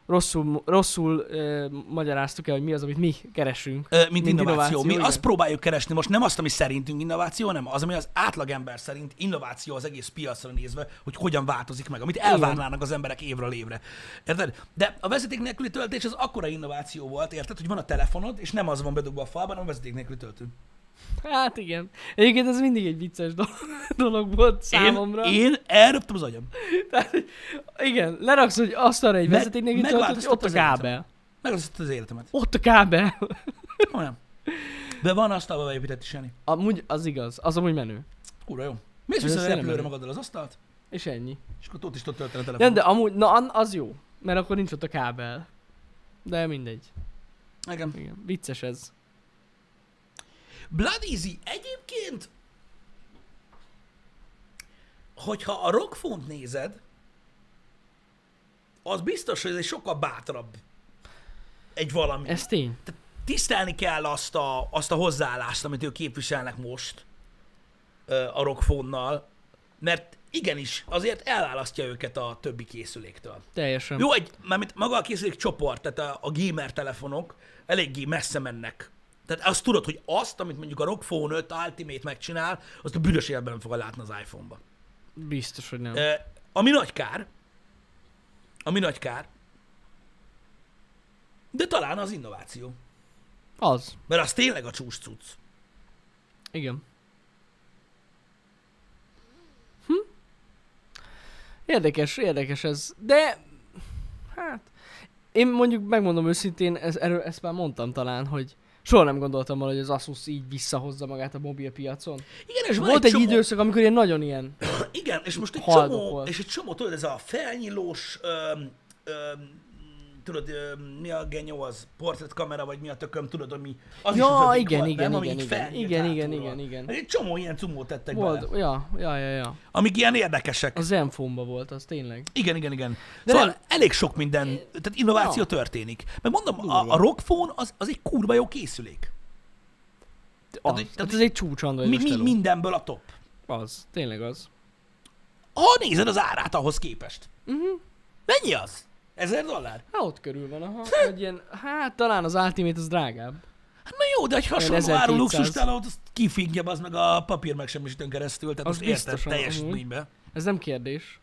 Speaker 2: rosszul, rosszul ö, magyaráztuk el, hogy mi az, amit mi keresünk.
Speaker 1: Ö, mint, mint
Speaker 2: mint
Speaker 1: innováció.
Speaker 2: innováció,
Speaker 1: Mi
Speaker 2: igen.
Speaker 1: azt próbáljuk keresni most, nem azt, ami szerintünk innováció, hanem az, ami az átlagember szerint innováció az egész piacra nézve, hogy hogyan változik meg, amit elvárnának az emberek évről évre. Érted? De a vezeték nélküli töltés az akkora innováció volt, érted, hogy van a telefonod, és nem az van bedugva a falban, hanem a vezeték nélküli töltő.
Speaker 2: Hát igen. Egyébként ez mindig egy vicces dolog, dolog volt számomra.
Speaker 1: Én, én elröptem az agyam.
Speaker 2: Tehát, igen, leraksz, hogy asztalra egy
Speaker 1: Meg-
Speaker 2: vezeték nélkül töltött,
Speaker 1: megváltoztatta
Speaker 2: ott a
Speaker 1: az életem.
Speaker 2: kábel.
Speaker 1: Megváltoztatta az életemet.
Speaker 2: Ott a kábel.
Speaker 1: Olyan. De van asztalba beépített is, Jani.
Speaker 2: Amúgy az igaz, az amúgy menő.
Speaker 1: Kurva jó. Mész
Speaker 2: Ez
Speaker 1: vissza a
Speaker 2: tényleg
Speaker 1: repülőre
Speaker 2: menő.
Speaker 1: magaddal az asztalt,
Speaker 2: És ennyi.
Speaker 1: és akkor ott is tudod tölteni a telefonot.
Speaker 2: Nem, de amúgy, na an- az jó, mert akkor nincs ott a kábel. De mindegy.
Speaker 1: Igen.
Speaker 2: Igen, vicces ez.
Speaker 1: Blood Easy egyébként, hogyha a rockfont nézed, az biztos, hogy ez egy sokkal bátrabb egy valami.
Speaker 2: Ez tény.
Speaker 1: Tehát tisztelni kell azt a, azt a hozzáállást, amit ők képviselnek most ö, a rockfonnal, mert igenis, azért elválasztja őket a többi készüléktől.
Speaker 2: Teljesen.
Speaker 1: Jó, egy, mármint maga a készülék csoport, tehát a, a gamer telefonok eléggé messze mennek. Tehát azt tudod, hogy azt, amit mondjuk a ROG Phone 5 Ultimate megcsinál, azt a büdös életben nem fogod látni az iPhone-ba.
Speaker 2: Biztos, hogy nem.
Speaker 1: Ö, ami nagy kár, ami nagy kár, de talán az innováció.
Speaker 2: Az.
Speaker 1: Mert az tényleg a csúcs cucc.
Speaker 2: Igen. Hm? Érdekes, érdekes ez. De, hát, én mondjuk megmondom őszintén, ez, erről ezt már mondtam talán, hogy soha nem gondoltam volna, hogy az Asus így visszahozza magát a mobilpiacon.
Speaker 1: Igen, és van
Speaker 2: Volt egy
Speaker 1: csomó-
Speaker 2: időszak, amikor ilyen nagyon ilyen.
Speaker 1: Igen, és most egy
Speaker 2: Haldok
Speaker 1: csomó,
Speaker 2: volt.
Speaker 1: és egy csomó, tudod, ez a felnyilós, öm, öm, tudod, öm, mi a genyó az, portrétkamera, vagy mi a tököm, tudod, ami... Az
Speaker 2: Ja,
Speaker 1: az egyik
Speaker 2: igen, igen,
Speaker 1: ami
Speaker 2: igen,
Speaker 1: így
Speaker 2: igen.
Speaker 1: felnyílt
Speaker 2: Igen, igen,
Speaker 1: hátulról.
Speaker 2: igen, igen.
Speaker 1: Egy csomó ilyen cumót tettek bele,
Speaker 2: Volt, ja, ja, ja, ja.
Speaker 1: amik ilyen érdekesek.
Speaker 2: A zenfone volt az tényleg.
Speaker 1: Igen, igen, igen.
Speaker 2: De
Speaker 1: szóval
Speaker 2: nem-
Speaker 1: elég sok minden, tehát innováció történik. Mert mondom, a, a rockfón az, az egy kurva jó készülék.
Speaker 2: Az,
Speaker 1: hogy-
Speaker 2: tehát,
Speaker 1: tehát
Speaker 2: Hát ez egy csúcs
Speaker 1: Mi, mi, mindenből a top.
Speaker 2: Az, tényleg az.
Speaker 1: Ha nézed az árát ahhoz képest. Uh-huh.
Speaker 2: Mhm.
Speaker 1: Mennyi az? Ezer dollár?
Speaker 2: Hát ott körül van, aha. Vagy ilyen, hát talán az Ultimate az drágább.
Speaker 1: Hát na jó, de egy hasonló
Speaker 2: 1200.
Speaker 1: áru luxustálót, azt kifingja az meg a papír megsemmisítőn keresztül, tehát
Speaker 2: Az
Speaker 1: most érted
Speaker 2: biztosan,
Speaker 1: teljesítménybe.
Speaker 2: Ez nem kérdés.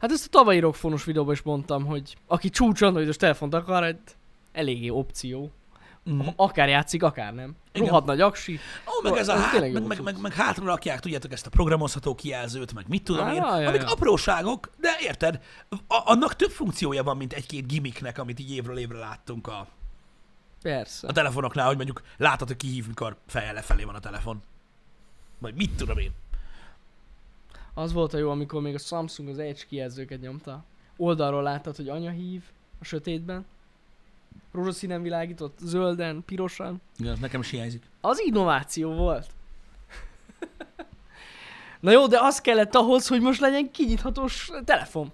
Speaker 2: Hát ezt a tavalyi rockfonos videóban is mondtam, hogy aki csúcs androidos telefont akar, egy eléggé opció.
Speaker 1: Mhm.
Speaker 2: Akár játszik, akár nem.
Speaker 1: Igen.
Speaker 2: Rohadt nagy aksi.
Speaker 1: Ó, meg
Speaker 2: Ó,
Speaker 1: ez a
Speaker 2: ez
Speaker 1: hát,
Speaker 2: tényleg jó
Speaker 1: meg, meg,
Speaker 2: cucc.
Speaker 1: meg, meg, hátra rakják, tudjátok, ezt a programozható kijelzőt, meg mit tudom
Speaker 2: Á,
Speaker 1: én,
Speaker 2: jaj, jaj,
Speaker 1: amik
Speaker 2: jaj.
Speaker 1: apróságok, de érted, a, annak több funkciója van, mint egy-két gimmicknek, amit így évről évre láttunk a, a
Speaker 2: Persze.
Speaker 1: telefonoknál, hogy mondjuk látod, hogy kihív, mikor feje lefelé van a telefon. Vagy mit tudom én.
Speaker 2: Az volt a jó, amikor még a Samsung az Edge kijelzőket nyomta. Oldalról láttad, hogy anya hív a sötétben. Rózsaszínen világított, zölden, pirosan.
Speaker 1: Igen, az nekem is hiányzik.
Speaker 2: Az innováció volt. Na jó, de az kellett ahhoz, hogy most legyen kinyithatós telefon.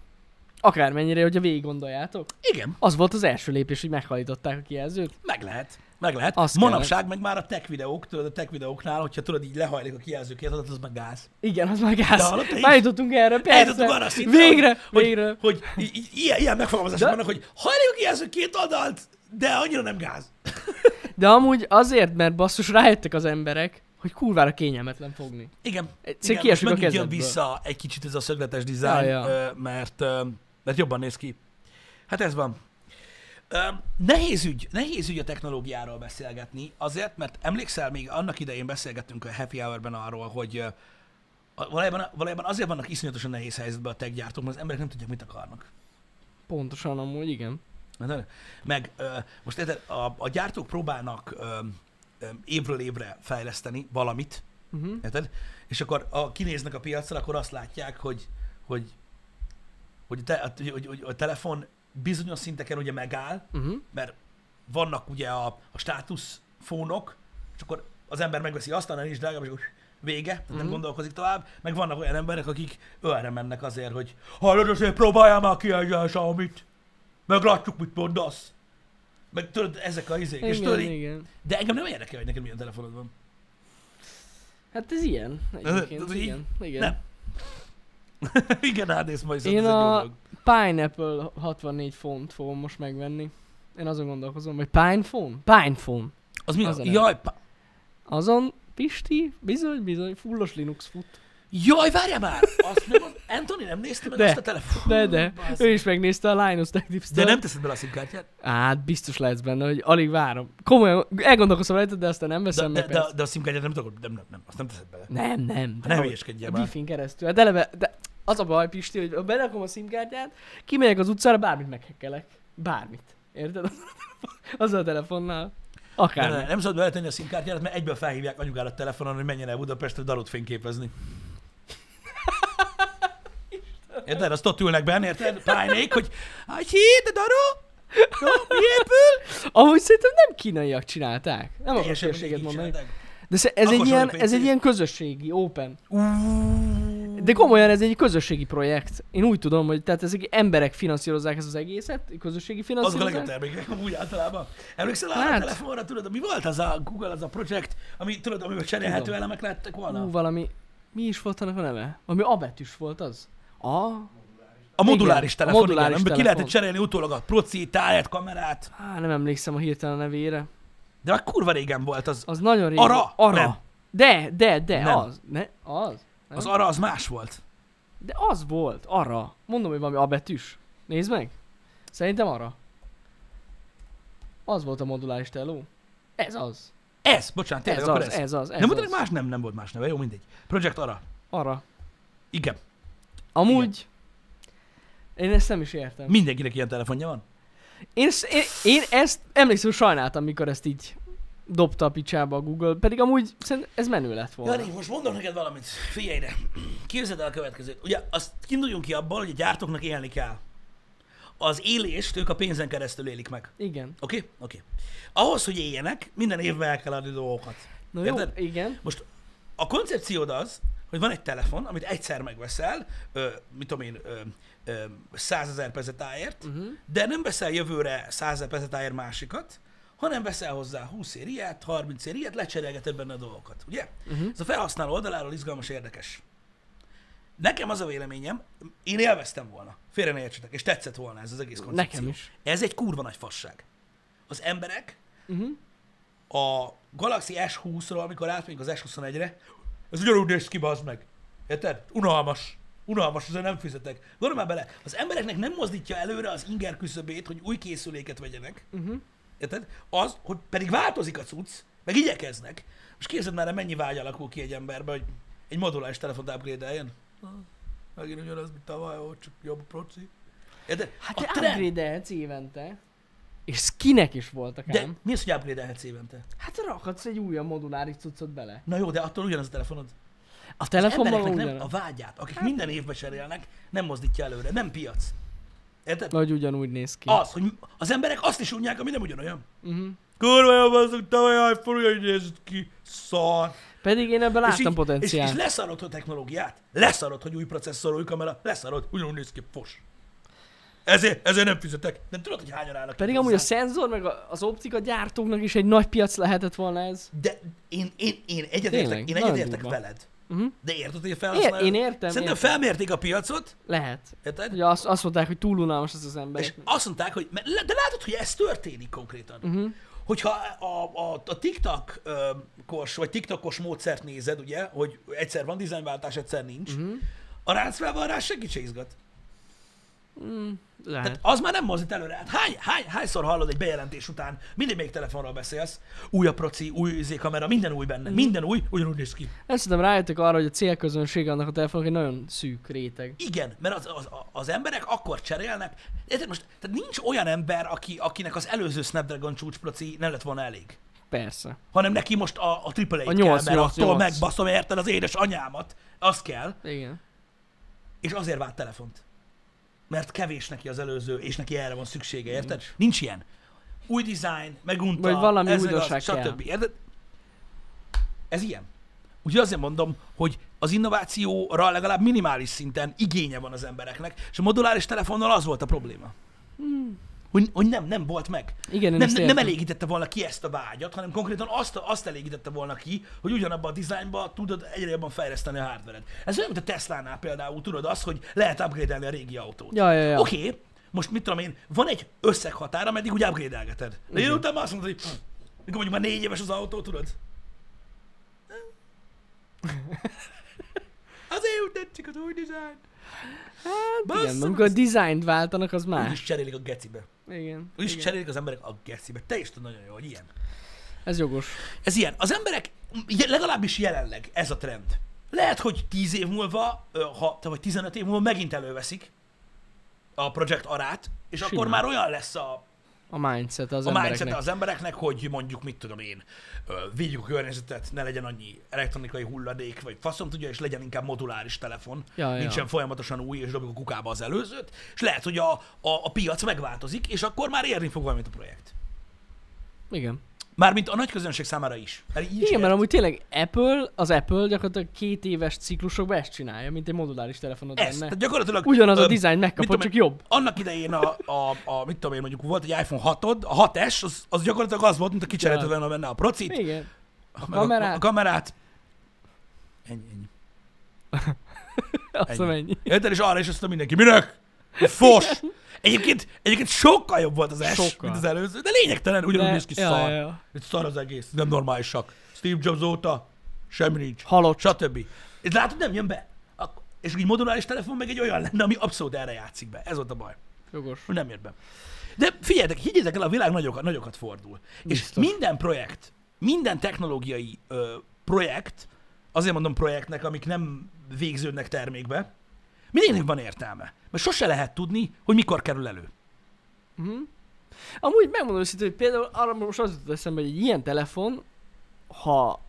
Speaker 2: Akármennyire, hogyha végig gondoljátok.
Speaker 1: Igen,
Speaker 2: Az volt az első lépés, hogy meghallították a kijelzőt.
Speaker 1: meg lehet. Meg lehet.
Speaker 2: Az
Speaker 1: Manapság meg már a tech videók, tudod, a tech videóknál, hogyha tudod, így lehajlik a kijelzőkét, az meg gáz.
Speaker 2: Igen, az már gáz.
Speaker 1: hallottad is?
Speaker 2: Már jutottunk erre, persze.
Speaker 1: Eljutottunk arra a szintre,
Speaker 2: végre,
Speaker 1: hogy,
Speaker 2: végre.
Speaker 1: Hogy, hogy i- i- ilyen, ilyen megfogalmazások
Speaker 2: De-
Speaker 1: vannak, hogy hajlik a kijelző két oldalt, de annyira nem gáz.
Speaker 2: De amúgy azért, mert basszus rájöttek az emberek, hogy kurvára kényelmetlen fogni.
Speaker 1: Igen.
Speaker 2: Egyszer
Speaker 1: igen
Speaker 2: kiesik a
Speaker 1: megint jön
Speaker 2: kezedből.
Speaker 1: vissza egy kicsit ez a szögletes dizájn,
Speaker 2: Ja, ja.
Speaker 1: ö, Mert, ö, mert jobban néz ki. Hát ez van. Ö, Nehéz ügy, nehéz ügy a technológiáról beszélgetni, azért, mert emlékszel, még annak idején beszélgettünk a Happy Hour-ben arról, hogy ö, a- valójában, valójában azért vannak iszonyatosan nehéz helyzetben a tech gyártók, mert az emberek nem tudják, mit akarnak.
Speaker 2: Pontosan amúgy, igen.
Speaker 1: Érted? Meg ö, most érted, a, a gyártók próbálnak ö, ö, évről évre fejleszteni valamit,
Speaker 2: Uh-huh.
Speaker 1: érted? És akkor ha kinéznek a piacra, akkor azt látják, hogy hogy, hogy, te, hogy, hogy, hogy a telefon bizonyos szinteken ugye megáll,
Speaker 2: Uh-huh.
Speaker 1: mert vannak ugye a, a státuszfónok, és akkor az ember megveszi azt, annál is drágább, és akkor vége, tehát
Speaker 2: Mhm.
Speaker 1: nem gondolkozik tovább, meg vannak olyan emberek, akik ölre mennek azért, hogy hallod, azért próbáljál már ki egy amit, meglátjuk, mit mondasz. Meg tudod, ezek a izék, és
Speaker 2: Igen,
Speaker 1: tudod, így-
Speaker 2: igen.
Speaker 1: de engem nem érdekel, hogy neked milyen telefonod van.
Speaker 2: Hát ez ilyen. Egyébként,
Speaker 1: tudod így?
Speaker 2: igen. igen.
Speaker 1: Nem. Igen, hát ez majd
Speaker 2: Én
Speaker 1: ez
Speaker 2: a-
Speaker 1: egy jó dolog.
Speaker 2: Pineapple 64 font fogom most megvenni. Én azon gondolkozom, hogy Pine Phone? Pine Phone.
Speaker 1: Az mi
Speaker 2: az
Speaker 1: az?
Speaker 2: a neve.
Speaker 1: Jaj, pa-
Speaker 2: Azon Pisti, bizony, bizony, fullos Linux fut.
Speaker 1: jaj, várjál már! Azt nem az... Anthony nem nézte meg
Speaker 2: De.
Speaker 1: azt a telefon.
Speaker 2: De, de,
Speaker 1: Basz.
Speaker 2: ő is megnézte a Linus Tech Tips-től.
Speaker 1: De nem teszed bele a szimkártyát?
Speaker 2: Hát, biztos lehetsz benne, hogy alig várom. Komolyan, elgondolkozom rajta, de aztán nem
Speaker 1: De,
Speaker 2: veszem
Speaker 1: de,
Speaker 2: meg
Speaker 1: de,
Speaker 2: persze.
Speaker 1: de a szimkártyát nem tudod, nem, nem, nem, azt nem teszed bele.
Speaker 2: Nem, nem.
Speaker 1: Hát ne
Speaker 2: dehogy.
Speaker 1: hülyeskedjél
Speaker 2: A
Speaker 1: már.
Speaker 2: Wi-Fi-n keresztül. Hát eleve, de az a baj, Pisti, hogy ha berakom a szimkártyát, kimegyek az utcára, bármit meghekkelek. Bármit. Érted? Azzal a telefonnal.
Speaker 1: Nem,
Speaker 2: Akár.
Speaker 1: nem, nem szabad beletenni a szimkártyát, mert egyből felhívják anyukádat telefonon, hogy menjen el Budapestre darut fényképezni. Érted? Azt ott ülnek benne, érted? Pálynék, hogy hát hí, de daru! No, mi épül?
Speaker 2: Amúgy szerintem nem kínaiak csinálták. Nem akarok
Speaker 1: Teljesen
Speaker 2: hülyeséget
Speaker 1: mindegy, így
Speaker 2: mondani.
Speaker 1: csinálták.
Speaker 2: De sze- ez,
Speaker 1: Akkor
Speaker 2: egy
Speaker 1: sem
Speaker 2: ilyen,
Speaker 1: vagyok
Speaker 2: ez egy
Speaker 1: PC.
Speaker 2: ilyen közösségi, open.
Speaker 1: Ú,
Speaker 2: De komolyan ez egy közösségi projekt. Én úgy tudom, hogy tehát ezek emberek finanszírozzák ezt az egészet, közösségi
Speaker 1: Azok a
Speaker 2: finanszírozás.
Speaker 1: legjobb termékek, amúgy általában. Emlékszel arra a
Speaker 2: Hát.
Speaker 1: telefonra, tudod, mi volt az a Google, az a projekt, ami, tudod, amiben cserélhető
Speaker 2: Tudom.
Speaker 1: elemek lettek volna?
Speaker 2: Ú, valami... Mi is volt annak a neve? Ami abetűs volt az. A...
Speaker 1: A moduláris
Speaker 2: a
Speaker 1: telefon, a moduláris
Speaker 2: moduláris
Speaker 1: igen, amiben ki
Speaker 2: telefon.
Speaker 1: lehetett cserélni utólag a proci, táját, kamerát.
Speaker 2: Á, nem emlékszem a hirtelen nevére.
Speaker 1: De már kurva régen volt az.
Speaker 2: Az nagyon régen.
Speaker 1: Ara!
Speaker 2: Ara.
Speaker 1: Nem.
Speaker 2: De, de, de,
Speaker 1: Nem.
Speaker 2: az. Ne, az. Nem?
Speaker 1: Az arra az más volt.
Speaker 2: De az volt, arra. Mondom, hogy valami a betűs. Nézd meg. Szerintem arra. Az volt a modulális teló. Ez az.
Speaker 1: Ez, bocsánat, tényleg,
Speaker 2: ez,
Speaker 1: akkor
Speaker 2: az
Speaker 1: ez.
Speaker 2: ez az,
Speaker 1: nem
Speaker 2: ez az.
Speaker 1: mondtad, hogy más nem, nem volt más neve, jó, mindegy. Project Ara.
Speaker 2: Arra.
Speaker 1: Igen.
Speaker 2: Amúgy... Én ezt nem is értem.
Speaker 1: Mindenkinek ilyen telefonja van.
Speaker 2: Én, sz- én, én ezt emlékszem, sajnáltam, mikor ezt így dobta a picsába a Google, pedig amúgy szerintem ez menő lett volna.
Speaker 1: Jani, most mondok neked valamit. Figyelj ide. Képzeld el a következőt. Ugye azt induljunk ki abból, hogy a gyártóknak élni kell. Az élést ők a pénzen keresztül élik meg.
Speaker 2: Igen.
Speaker 1: Oké? Okay? Oké. Okay. Ahhoz, hogy éljenek, minden évben el kell adni dolgokat.
Speaker 2: Na jó,
Speaker 1: Érted?
Speaker 2: igen.
Speaker 1: Most a koncepciód az, hogy van egy telefon, amit egyszer megveszel, ö, mit tudom én, ö, ö, 100 ezer pezetáért,
Speaker 2: Mhm.
Speaker 1: uh-huh. de nem veszel jövőre 100 ezer pezetáért másikat, hanem veszel hozzá 20 ér ilyet, 30 ér ilyet, lecserélgeted benne a dolgokat, ugye?
Speaker 2: Mhm.
Speaker 1: Uh-huh. Ez a felhasználó oldaláról izgalmas, érdekes. Nekem az a véleményem, én élveztem volna, félre ne értsetek, és tetszett volna ez az egész koncepció.
Speaker 2: Nekem is.
Speaker 1: Ez egy kurva nagy fasság. Az emberek
Speaker 2: Uh-huh.
Speaker 1: a Galaxy S20-ról, amikor átmegyünk az S21-re, ez ugyanúgy néz ki, bazd meg. Érted? Unalmas. Unalmas, ezzel nem fizetek. Gondolj már bele, az embereknek nem mozdítja előre az inger küszöbét, hogy új készüléket vegyenek. Uh-huh. Érted? Az, hogy pedig változik a cucc, meg igyekeznek. Most képzeld már, el, mennyi vágy alakul ki egy emberbe, hogy egy moduláris telefont upgrade-eljen. Ah. Megint ugyanaz, mint tavaly, hogy csak jobb a proci. Érted?
Speaker 2: Hát
Speaker 1: a
Speaker 2: te
Speaker 1: trend,
Speaker 2: upgrade évente. És skinek is voltak
Speaker 1: de
Speaker 2: ám.
Speaker 1: mi az, hogy upgrade-elhetsz évente?
Speaker 2: Hát rakhatsz egy újabb moduláris cuccot bele.
Speaker 1: Na jó, de attól ugyanaz a telefonod.
Speaker 2: A
Speaker 1: Az
Speaker 2: telefonban Hát-
Speaker 1: embereknek nem,
Speaker 2: ugyanaz.
Speaker 1: a vágyát, akik minden évben cserélnek, nem mozdítja előre, nem piac. Érted?
Speaker 2: Nagy ugyanúgy néz ki.
Speaker 1: Az, hogy az emberek azt is unják, ami nem ugyanolyan.
Speaker 2: Uh-huh.
Speaker 1: Kurva jobb azok, tavaly iPhone ugyanúgy nézett ki, szar.
Speaker 2: Pedig én ebben
Speaker 1: És,
Speaker 2: láttam
Speaker 1: így, és, és
Speaker 2: potenciált.
Speaker 1: leszarod a technológiát, leszarod, hogy új processzor, új kamera, leszarod, ugyanúgy néz ki, fos. Ezért, ezért nem fizetek. De tudod, hogy hányan állnak
Speaker 2: Pedig
Speaker 1: itt
Speaker 2: amúgy a
Speaker 1: hozzá?
Speaker 2: szenzor meg a- az optika gyártóknak is egy nagy piac lehetett volna ez.
Speaker 1: De én, én, én
Speaker 2: Tényleg,
Speaker 1: egyetértek, én
Speaker 2: nagyon
Speaker 1: egyetértek
Speaker 2: durva.
Speaker 1: veled.
Speaker 2: Uh-huh.
Speaker 1: De érted, hogy a felhasználó?
Speaker 2: én értem,
Speaker 1: Szerintem
Speaker 2: értem.
Speaker 1: felmérték a piacot,
Speaker 2: Lehet.
Speaker 1: érted?
Speaker 2: Ugye azt, azt mondták, hogy túl unalmas ez az ember.
Speaker 1: És azt mondták, hogy, mert le- de látod, hogy ez történik konkrétan. Uh-huh. Hogyha a, a, a TikTok-kos, vagy TikTokos módszert nézed, ugye, hogy egyszer van dizájnváltás, egyszer nincs, uh-huh. a ráncfelvarrás senki se izgat.
Speaker 2: Lehet.
Speaker 1: Az már nem mozdít előre. Hát hány, hány, hányszor hallod egy bejelentés után, mindig még telefonról beszélsz, új a proci, új izékamera, minden új benne, uh-huh. minden új, ugyanúgy néz ki.
Speaker 2: Nem szerintem rájöttek arra, hogy a célközönség annak a telefonok egy nagyon szűk réteg.
Speaker 1: Igen, mert az, az, az emberek akkor cserélnek, érted most, tehát nincs olyan ember, aki, akinek az előző Snapdragon csúcsproci nem lett volna elég.
Speaker 2: Persze.
Speaker 1: hanem neki most a, a triple
Speaker 2: A
Speaker 1: a kell, mert
Speaker 2: 88.
Speaker 1: attól megbaszom, érted az édes anyámat, az kell,
Speaker 2: Igen.
Speaker 1: és azért vált telefont. Mert kevés neki az előző, és neki erre van szüksége, érted?
Speaker 2: Nincs.
Speaker 1: Nincs, Nincs ilyen. Új design, megunta,
Speaker 2: Vagy valami
Speaker 1: ez meg az,
Speaker 2: újdonság kell.
Speaker 1: stb. Érted? Ez ilyen. Úgyhogy azért mondom, hogy az innovációra legalább minimális szinten igénye van az embereknek, és a moduláris telefonnal az volt a probléma. Hogy, hogy nem, nem volt meg
Speaker 2: Hmm. Igen, én
Speaker 1: nem,
Speaker 2: ezt
Speaker 1: nem,
Speaker 2: értem.
Speaker 1: nem elégítette volna ki ezt a vágyat, hanem konkrétan azt, azt elégítette volna ki, hogy ugyanabban a dizájnban tudod egyre jobban fejleszteni a hardvered. Ez olyan, mint a Tesla-nál például, tudod azt, hogy lehet upgrade a régi autót.
Speaker 2: Ja, ja, ja.
Speaker 1: Oké, okay, most mit tudom én, van egy összeghatár, ameddig úgy upgrade-elgeted. De én utána azt mondod, hogy pff, mikor mondjuk már négy éves az autó, tudod? Azért úgy tetszik az új dizájn.
Speaker 2: Hát igen,
Speaker 1: Basszus.
Speaker 2: amikor a dizájnt váltanak, az más.
Speaker 1: Úgyis cserélik a gecibe.
Speaker 2: Igen.
Speaker 1: Úgyis
Speaker 2: igen.
Speaker 1: cserélik az emberek a gecibe. Te is tudod nagyon jó, hogy ilyen.
Speaker 2: Ez jogos.
Speaker 1: Ez ilyen. Az emberek, je- legalábbis jelenleg ez a trend. Lehet, hogy 10 év múlva, ö, ha, te vagy 15 év múlva megint előveszik a Project Arát, és Simán. akkor
Speaker 2: Simán.
Speaker 1: már olyan lesz a,
Speaker 2: A mindset az
Speaker 1: a mindset
Speaker 2: embereknek.
Speaker 1: az embereknek, hogy mondjuk, mit tudom én, ö, védjük a környezetet, ne legyen annyi elektronikai hulladék, vagy faszom tudja, és legyen inkább moduláris telefon,
Speaker 2: Ja, ja.
Speaker 1: nincsen folyamatosan új, és dobjuk a kukába az előzőt, és lehet, hogy a, a, a piac megváltozik, és akkor már érni fog valamit a projekt.
Speaker 2: Igen.
Speaker 1: Mármint a nagy közönség számára is. Mert így
Speaker 2: Igen,
Speaker 1: ért.
Speaker 2: mert amúgy tényleg Apple, az Apple gyakorlatilag két éves ciklusokban ezt csinálja, mint egy moduláris telefonod
Speaker 1: Ez,
Speaker 2: lenne.
Speaker 1: tehát gyakorlatilag...
Speaker 2: Ugyanaz a
Speaker 1: ö,
Speaker 2: dizájn
Speaker 1: mit
Speaker 2: megkapod,
Speaker 1: tudom
Speaker 2: csak jobb.
Speaker 1: Annak idején a, a, a, mit tudom én, mondjuk volt egy iPhone 6-od, a 6S, az, az gyakorlatilag az volt, mint a kicserélted
Speaker 2: Ja.
Speaker 1: volna benne a procit, meg
Speaker 2: Igen.
Speaker 1: a
Speaker 2: kamerát.
Speaker 1: A, kamerát. Ennyi, ennyi.
Speaker 2: Azt
Speaker 1: Ennyi.
Speaker 2: ennyi. Szóval
Speaker 1: Érted? És arra is azt mondta mindenki, minek? Fos! Egyébként, egyébként sokkal jobb volt az S, sokkal.
Speaker 2: Sokkal.
Speaker 1: mint az előző, de lényegtelen ugyanúgy néz ki
Speaker 2: ja,
Speaker 1: szar.
Speaker 2: Ja, ja.
Speaker 1: Itt szar az egész, nem normálisak. Steve Jobs óta semmi nincs,
Speaker 2: Halott.
Speaker 1: stb. És látod, nem jön be. Ak- És így modulális telefon meg egy olyan lenne, ami abszolút erre játszik be. Ez volt a baj,
Speaker 2: Jogos.
Speaker 1: hogy nem jött be. De figyeljetek, higgyétek el, a világ nagyokat, nagyokat fordul.
Speaker 2: Biztos.
Speaker 1: És minden projekt, minden technológiai ö, projekt, azért mondom projektnek, amik nem végződnek termékbe, mindegynek van értelme. Mert sose lehet tudni, hogy mikor kerül elő.
Speaker 2: Amúgy megmondom őszintén, hogy például arra most az jutott eszembe, hogy egy ilyen telefon, ha,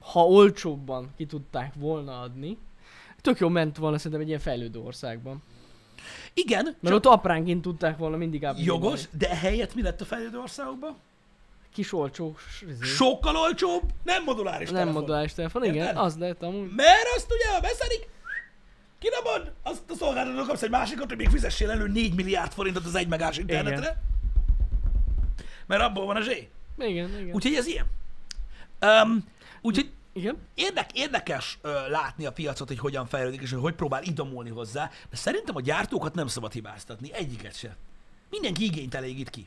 Speaker 2: ha olcsóbban ki tudták volna adni, tök jó ment volna szerintem egy ilyen fejlődő országban.
Speaker 1: Igen,
Speaker 2: Mert
Speaker 1: csak
Speaker 2: ott apránként tudták volna mindig ápolni.
Speaker 1: jogos, de helyett mi lett a fejlődő országokban?
Speaker 2: Kis olcsó, s- izé,
Speaker 1: Sokkal olcsóbb, nem moduláris
Speaker 2: nem
Speaker 1: telefon.
Speaker 2: modulális telefon, igen,
Speaker 1: Érted?
Speaker 2: az lett amúgy.
Speaker 1: Mert azt ugye, ha beszedik, kirabod, azt a szolgáltató kapsz egy másikat, hogy még fizessél elő 4 milliárd forintot az egy megás internetre. Igen. Mert abból van a zsé.
Speaker 2: Igen, igen.
Speaker 1: Úgyhogy ez ilyen. Um, úgyhogy
Speaker 2: igen?
Speaker 1: érdek, érdekes ö, látni a piacot, hogy hogyan fejlődik, és hogy hogy próbál idomulni hozzá, de szerintem a gyártókat nem szabad hibáztatni, egyiket se. Mindenki igényt elégít ki.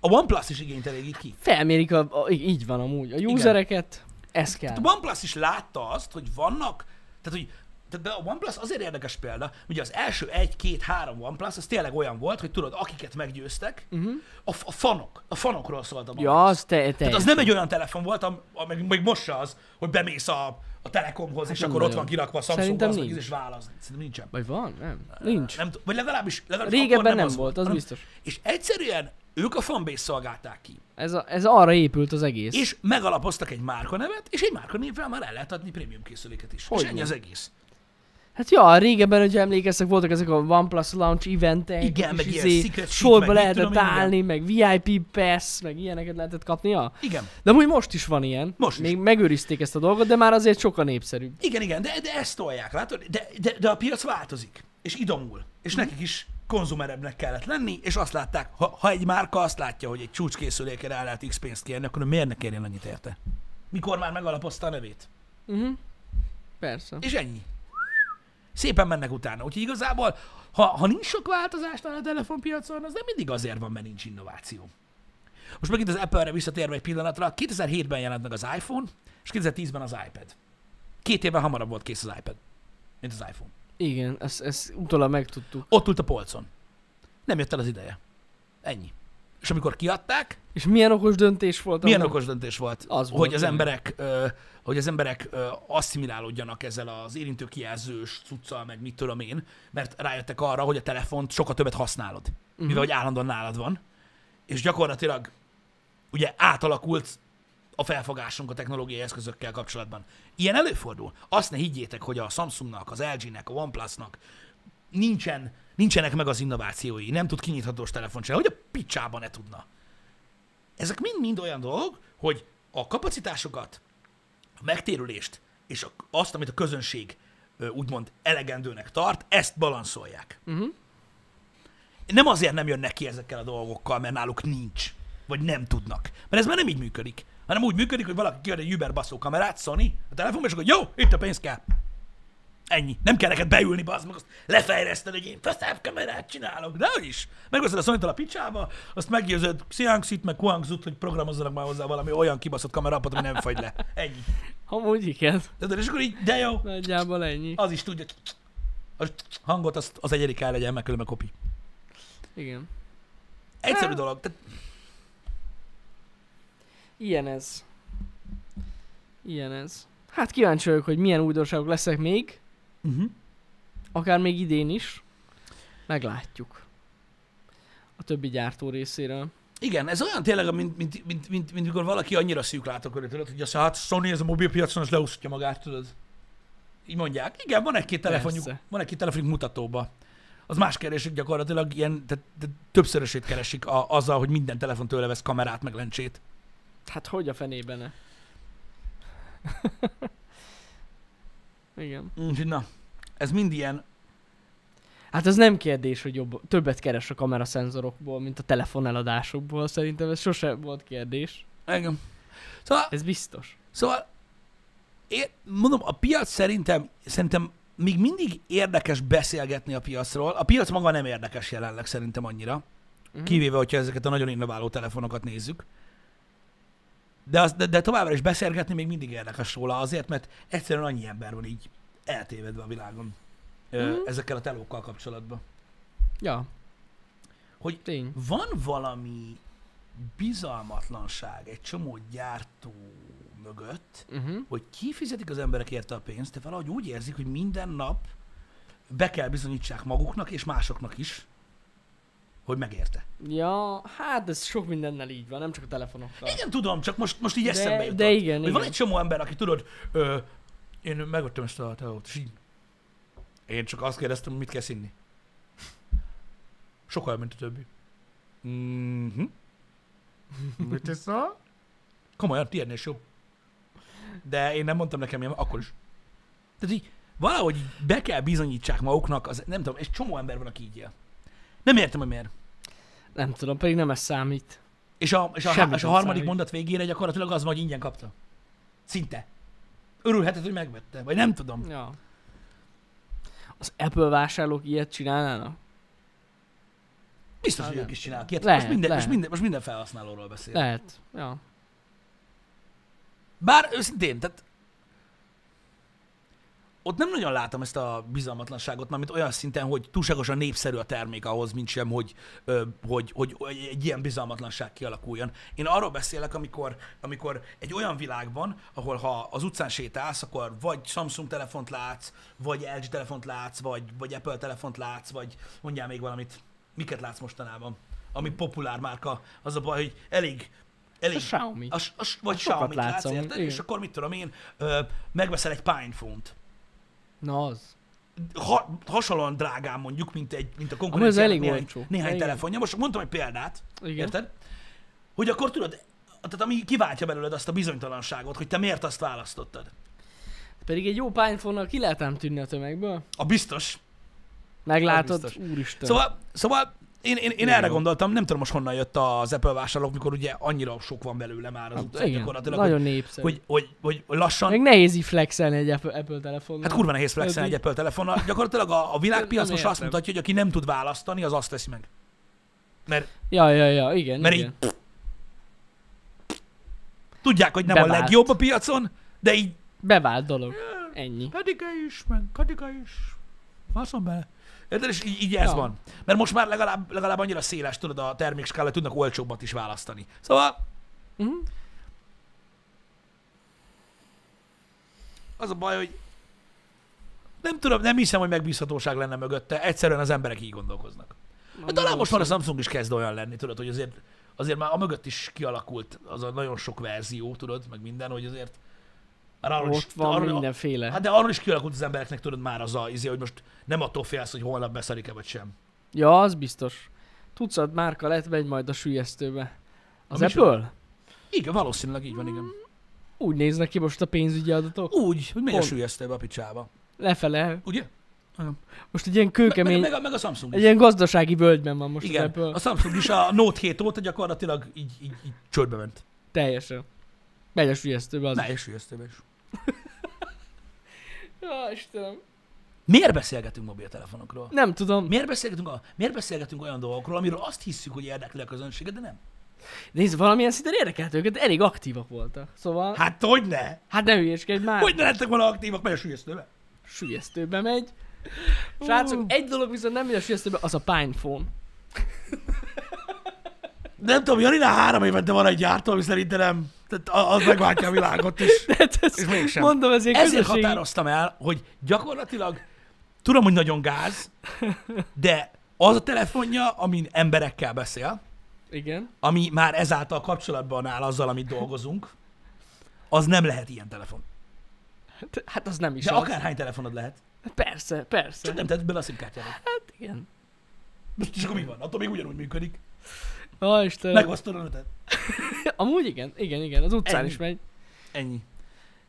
Speaker 1: A OnePlus is igényt elégít ki.
Speaker 2: Felmérik, a, a, í- így van amúgy, a usereket, ez kell.
Speaker 1: A Hát OnePlus is látta azt, hogy vannak, tehát hogy tehát de a OnePlus azért érdekes példa, ugye az első egy, két, három OnePlus, az tényleg olyan volt, hogy tudod, akiket meggyőztek, uh-huh. a, f- a fanok, a fanokról szólt a OnePlus.
Speaker 2: Mhm. Ja, az te, te.
Speaker 1: Tehát az nem egy olyan telefon volt, am, am, még, még most se az, hogy bemész a, a Telekomhoz, és
Speaker 2: Hát nem
Speaker 1: akkor ott
Speaker 2: nagyon.
Speaker 1: van kirakva a
Speaker 2: Szerintem
Speaker 1: Samsung, az meg
Speaker 2: nincs.
Speaker 1: és válasz. Szerintem nincsen.
Speaker 2: Vagy van? Nem. Nincs.
Speaker 1: Nem, t- vagy legalábbis, legalábbis akkor
Speaker 2: Régebben nem
Speaker 1: az
Speaker 2: volt, az
Speaker 1: hanem-
Speaker 2: biztos.
Speaker 1: És egyszerűen ők a fanbase szolgálták ki.
Speaker 2: Ez, a, ez arra épült az egész.
Speaker 1: És megalapoztak egy márkanevet, és egy márkanévvel már el lehet adni prémium készüléket is. Hogy és
Speaker 2: Hogyne.
Speaker 1: ennyi az egész.
Speaker 2: Hát ja, régebben, hogyha emlékeztek, voltak ezek a OnePlus launch eventek,
Speaker 1: Igen,
Speaker 2: és izé
Speaker 1: meg ilyen secret shit,
Speaker 2: sorba
Speaker 1: meg mit
Speaker 2: lehetett
Speaker 1: tudom én,
Speaker 2: állni, meg VIP pass, meg ilyeneket lehetett kapnia.
Speaker 1: Igen.
Speaker 2: De amúgy most is van ilyen.
Speaker 1: Most is.
Speaker 2: Még megőrizték ezt a dolgot, de már azért sokkal népszerűbb.
Speaker 1: Igen, igen, de, de ezt tolják, látod? De, de, de a piac változik, és idomul, és nekik is konzumerebbnek kellett lenni, és azt látták, ha, ha egy márka azt látja, hogy egy csúcskészülékre el lehet X pénzt kérni, akkor miért ne kérjen annyit érte? Mikor már megalapozta a nevét?
Speaker 2: Persze.
Speaker 1: És ennyi. Szépen mennek utána. Úgyhogy igazából, ha, ha nincs sok változás talán a telefonpiacon, az nem mindig azért van, mert nincs innováció. Most megint az Apple-re visszatérve egy pillanatra, 2007-ben jelent meg az iPhone, és 2010-ben az iPad. Két évvel hamarabb volt kész az iPad, mint az iPhone.
Speaker 2: Igen, ezt, ezt utólag megtudtuk.
Speaker 1: Ott ült a polcon. Nem jött el az ideje. Ennyi. És amikor kiadták,
Speaker 2: És milyen okos döntés volt?
Speaker 1: milyen
Speaker 2: amúgy?
Speaker 1: okos döntés volt,
Speaker 2: Az
Speaker 1: hogy,
Speaker 2: volt,
Speaker 1: az
Speaker 2: igen.
Speaker 1: emberek, ö, hogy az emberek ö, asszimilálódjanak ezzel az érintő kijelzős cuccal, meg mit tudom én, mert rájöttek arra, hogy a telefont sokkal többet használod,
Speaker 2: Mhm.
Speaker 1: uh-huh. mivel hogy állandóan nálad van, és gyakorlatilag ugye átalakult a felfogásunk a technológiai eszközökkel kapcsolatban. Ilyen előfordul. Azt ne higgyétek, hogy a Samsungnak, az LG-nek, a OnePlus-nak nincsen, nincsenek meg az innovációi, nem tud kinyithatós telefon csinálni, hogy a picsában ne tudna. Ezek mind-mind olyan dolgok, hogy a kapacitásokat, a megtérülést és a, azt, amit a közönség ö, úgymond elegendőnek tart, ezt balanszolják. Uh-huh. Nem azért nem jönnek ki ezekkel a dolgokkal, mert náluk nincs, vagy nem tudnak. Mert ez már nem így működik, hanem úgy működik, hogy valaki kiad egy Uber baszó kamerát, Sony, a telefonba, és akkor jó, itt a pénz kell. Ennyi. Nem kell neked beülni, bazd meg, azt lefejleszted, hogy én faszebb kamerát csinálok. De hogy is? Megveszed a sony a picsába, azt meggyőzöd Xiangxit, meg Kuangzut, hogy programozzanak már hozzá valami olyan kibaszott kamerapot, ami nem fagy le. Ennyi.
Speaker 2: Amúgy igen.
Speaker 1: Tudod, és akkor így, de jó,
Speaker 2: Nagyjából ennyi.
Speaker 1: az is tudja. A hangot azt az egyedik el legyen, meg különben kopi.
Speaker 2: Igen.
Speaker 1: Egyszerű dolog. Tehát
Speaker 2: Ilyen ez. Ilyen ez. Hát kíváncsi vagyok, hogy milyen újdonságok leszek még.
Speaker 1: Mhm.
Speaker 2: Akár még idén is. Meglátjuk. A többi gyártó részéről.
Speaker 1: Igen, ez olyan tényleg, mint, mint, mint, mint, mint mikor valaki annyira szűk látókörű, tudod, hogy azt mondja, hát Sony ez a mobilpiacon, az leúszhatja magát, tudod. Így mondják. Igen, van egy-két telefonjuk,
Speaker 2: Persze.
Speaker 1: van egy-két telefonjuk mutatóba. Az más kérdés, hogy gyakorlatilag ilyen, tehát, tehát többszörösét keresik a, azzal, hogy minden telefon tőle vesz kamerát, meg lencsét.
Speaker 2: Hát hogy a fenében ne? Igen.
Speaker 1: Úgyhogy na, ez mind ilyen,
Speaker 2: Hát ez nem kérdés, hogy jobb, többet keres a kameraszenzorokból, mint a telefon eladásokból. Szerintem ez sose volt kérdés.
Speaker 1: igen. Szóval
Speaker 2: Ez biztos.
Speaker 1: Szóval, én mondom, a piac szerintem, szerintem még mindig érdekes beszélgetni a piacról. A piac maga nem érdekes jelenleg szerintem annyira,
Speaker 2: Mhm.
Speaker 1: kivéve, hogyha ezeket a nagyon innováló telefonokat nézzük. De, az, de, de továbbra is beszélgetni még mindig érdekes róla, azért, mert egyszerűen annyi ember van így eltévedve a világon mm.
Speaker 2: Mhm.
Speaker 1: ezekkel a telókkal kapcsolatban.
Speaker 2: Ja.
Speaker 1: Hogy
Speaker 2: Tény.
Speaker 1: van valami bizalmatlanság egy csomó gyártó mögött,
Speaker 2: Uh-huh.
Speaker 1: hogy kifizetik az emberek érte a pénzt, de valahogy úgy érzik, hogy minden nap be kell bizonyítsák maguknak és másoknak is, hogy megérte.
Speaker 2: Ja, hát ez sok mindennel így van, nem csak a telefonokkal.
Speaker 1: Igen, tudom, csak most, most így
Speaker 2: De-
Speaker 1: eszembe jutott.
Speaker 2: de igen,
Speaker 1: hogy
Speaker 2: igen.
Speaker 1: Van egy csomó ember, aki tudod, ö, én megvettem ezt a teót, és így. Én csak azt kérdeztem, hogy mit kell inni. Sokkal jobb, mint a többi. Mhm.
Speaker 3: Mit is szól?
Speaker 1: Komolyan, tiédnél is jobb. De én nem mondtam nekem ilyen, akkor is. Tehát így valahogy így be kell bizonyítsák maguknak, az, nem tudom, és csomó ember van, aki így él. Nem értem, hogy miért.
Speaker 2: Nem tudom, pedig nem ez számít.
Speaker 1: És a, és a,
Speaker 2: Semmit
Speaker 1: és a
Speaker 2: nem
Speaker 1: harmadik
Speaker 2: számít.
Speaker 1: mondat végére gyakorlatilag az, hogy ingyen kapta. Szinte. Örülhetett, hogy megvette, vagy nem tudom.
Speaker 2: Ja. Az Apple vásárlók ilyet csinálnának?
Speaker 1: Biztos,
Speaker 2: Hát
Speaker 1: hogy ők
Speaker 2: nem
Speaker 1: is csinálnak ilyet.
Speaker 2: Lehet,
Speaker 1: most, minden, most,
Speaker 2: lehet.
Speaker 1: minden, most minden felhasználóról beszél.
Speaker 2: Lehet. Ja.
Speaker 1: Bár őszintén, tehát ott nem nagyon látom ezt a bizalmatlanságot, mármint olyan szinten, hogy túlságosan népszerű a termék ahhoz, mint sem, hogy, ö, hogy, hogy, hogy egy ilyen bizalmatlanság kialakuljon. Én arról beszélek, amikor, amikor egy olyan világban, ahol ha az utcán sétálsz, akkor vagy Samsung telefont látsz, vagy LG telefont látsz, vagy, vagy Apple telefont látsz, vagy mondjál még valamit, miket látsz mostanában, ami populár márka, az a baj, hogy elég, elég,
Speaker 2: A Xiaomi.
Speaker 1: a, a, vagy
Speaker 2: sokat
Speaker 1: Xiaomi látsz,
Speaker 2: látszom,
Speaker 1: érted?
Speaker 2: igen.
Speaker 1: És akkor mit tudom én, ö, megveszel egy Pinephone-t.
Speaker 2: Na az.
Speaker 1: Ha, hasonlóan drágán mondjuk, mint, egy, mint a
Speaker 2: Amúgy az
Speaker 1: konkurencia.
Speaker 2: elég
Speaker 1: néhány,
Speaker 2: olcsó.
Speaker 1: néhány
Speaker 2: Igen.
Speaker 1: telefonja. Most mondtam egy példát,
Speaker 2: Igen.
Speaker 1: érted? Hogy akkor tudod, tehát ami kiváltja belőled azt a bizonytalanságot, hogy te miért azt választottad.
Speaker 2: Pedig egy jó pányfonnal ki lehet ám tűnni a tömegből.
Speaker 1: A biztos.
Speaker 2: Meglátod,
Speaker 1: biztos.
Speaker 2: úristen.
Speaker 1: Szóval, szóval én, én, én erre gondoltam, nem tudom most honnan jött az Apple vásárlók, mikor ugye annyira sok van belőle már az
Speaker 2: Hát
Speaker 1: utcán
Speaker 2: igen,
Speaker 1: gyakorlatilag, hogy,
Speaker 2: nagyon népszerű.
Speaker 1: hogy, hogy, hogy lassan
Speaker 2: Meg nehéz így flexelni egy Apple, Apple telefonnal.
Speaker 1: Hát kurva nehéz flexen
Speaker 2: Ez
Speaker 1: egy
Speaker 2: így-
Speaker 1: Apple telefonnal. Gyakorlatilag a, a világpiac
Speaker 2: Nem
Speaker 1: most azt
Speaker 2: értem.
Speaker 1: mutatja, hogy aki nem tud választani, az azt teszi meg. Mert,
Speaker 2: Ja, ja, ja, igen,
Speaker 1: mert így...
Speaker 2: igen.
Speaker 1: Tudják, hogy nem Bevált. a
Speaker 2: Bevált.
Speaker 1: legjobb a piacon, de így...
Speaker 2: Bevált dolog. Ennyi.
Speaker 1: Kadika is, meg kadika is. Faszom bele. Érted? És így, így ez
Speaker 2: Ja.
Speaker 1: van. Mert most már legalább, legalább annyira széles, tudod, a termékskála, hogy tudnak olcsóbbat is választani. Szóval
Speaker 2: Uh-huh.
Speaker 1: az a baj, hogy nem tudom, nem hiszem, hogy megbízhatóság lenne mögötte. Egyszerűen az emberek így gondolkoznak. Hát talán most már a Samsung is kezd olyan lenni, tudod, hogy azért, azért már a mögött is kialakult az a nagyon sok verzió, tudod, meg minden, hogy azért már arról is,
Speaker 2: Ott van
Speaker 1: arról,
Speaker 2: mindenféle.
Speaker 1: Hát de arról is kialakult az embereknek, tudod, már az a izé, hogy most nem attól félsz, hogy holnap beszarik-e vagy sem.
Speaker 2: Ja, az biztos. Tucat márka lett, megy majd a sűjesztőbe. Az
Speaker 1: Na, mi is van?
Speaker 2: Apple?
Speaker 1: Igen, valószínűleg így van, igen.
Speaker 2: Úgy néznek ki most a pénzügyi adatok.
Speaker 1: Mm, Úgy, hogy megy a
Speaker 2: Pont.
Speaker 1: sűjesztőbe a picsába.
Speaker 2: Lefele.
Speaker 1: Ugye?
Speaker 2: Most egy ilyen
Speaker 1: Meg, meg,
Speaker 2: kőkemény,
Speaker 1: meg, a- meg a Samsung
Speaker 2: egy
Speaker 1: is.
Speaker 2: ilyen gazdasági völgyben van most az
Speaker 1: Igen,
Speaker 2: Apple.
Speaker 1: a Samsung is a Note 7 óta gyakorlatilag így, így, így csődbe ment.
Speaker 2: Teljesen. Megy a sűjesztőbe az.
Speaker 1: Megy a sűjesztőbe is.
Speaker 2: Ja, Istenem.
Speaker 1: Miért beszélgetünk mobiltelefonokról?
Speaker 2: Nem tudom.
Speaker 1: Miért beszélgetünk, a, miért beszélgetünk olyan dolgokról, amiről azt hiszük, hogy érdekli a közönséget, de nem?
Speaker 2: Nézd, valamilyen szinten érdekelt őket, de elég aktívak voltak. Szóval,
Speaker 1: Hát hogy ne?
Speaker 2: hát ne hülyéskedj már.
Speaker 1: Hogy ne lettek volna aktívak, megy a sűjesztőbe?
Speaker 2: Sülyeztőbe megy. Srácok, egy dolog viszont nem megy a sülyeztőbe, az a Pinephone.
Speaker 1: Nem tudom, Janinál három évente van egy gyártó, ami szerintem nem. Tehát a- az megváltja a világot is.
Speaker 2: Hát ez,
Speaker 1: És mégsem.
Speaker 2: Mondom, ez ilyen
Speaker 1: Ezért
Speaker 2: közösségi-
Speaker 1: határoztam el, hogy gyakorlatilag tudom, hogy nagyon gáz, de az a telefonja, amin emberekkel beszél,
Speaker 2: Igen.
Speaker 1: ami már ezáltal kapcsolatban áll azzal, amit dolgozunk, az nem lehet ilyen telefon.
Speaker 2: Hát, hát az nem is
Speaker 1: De
Speaker 2: az.
Speaker 1: akárhány telefonod lehet,
Speaker 2: Hát Persze, persze.
Speaker 1: csak nem tett bele a szimkártyádat.
Speaker 2: Hát igen.
Speaker 1: Most és akkor mi van? Attól még ugyanúgy működik.
Speaker 2: Ó, Istenem.
Speaker 1: Megosztod a netet.
Speaker 2: Amúgy igen, igen, igen, az utcán
Speaker 1: Ennyi.
Speaker 2: is megy.
Speaker 1: Ennyi.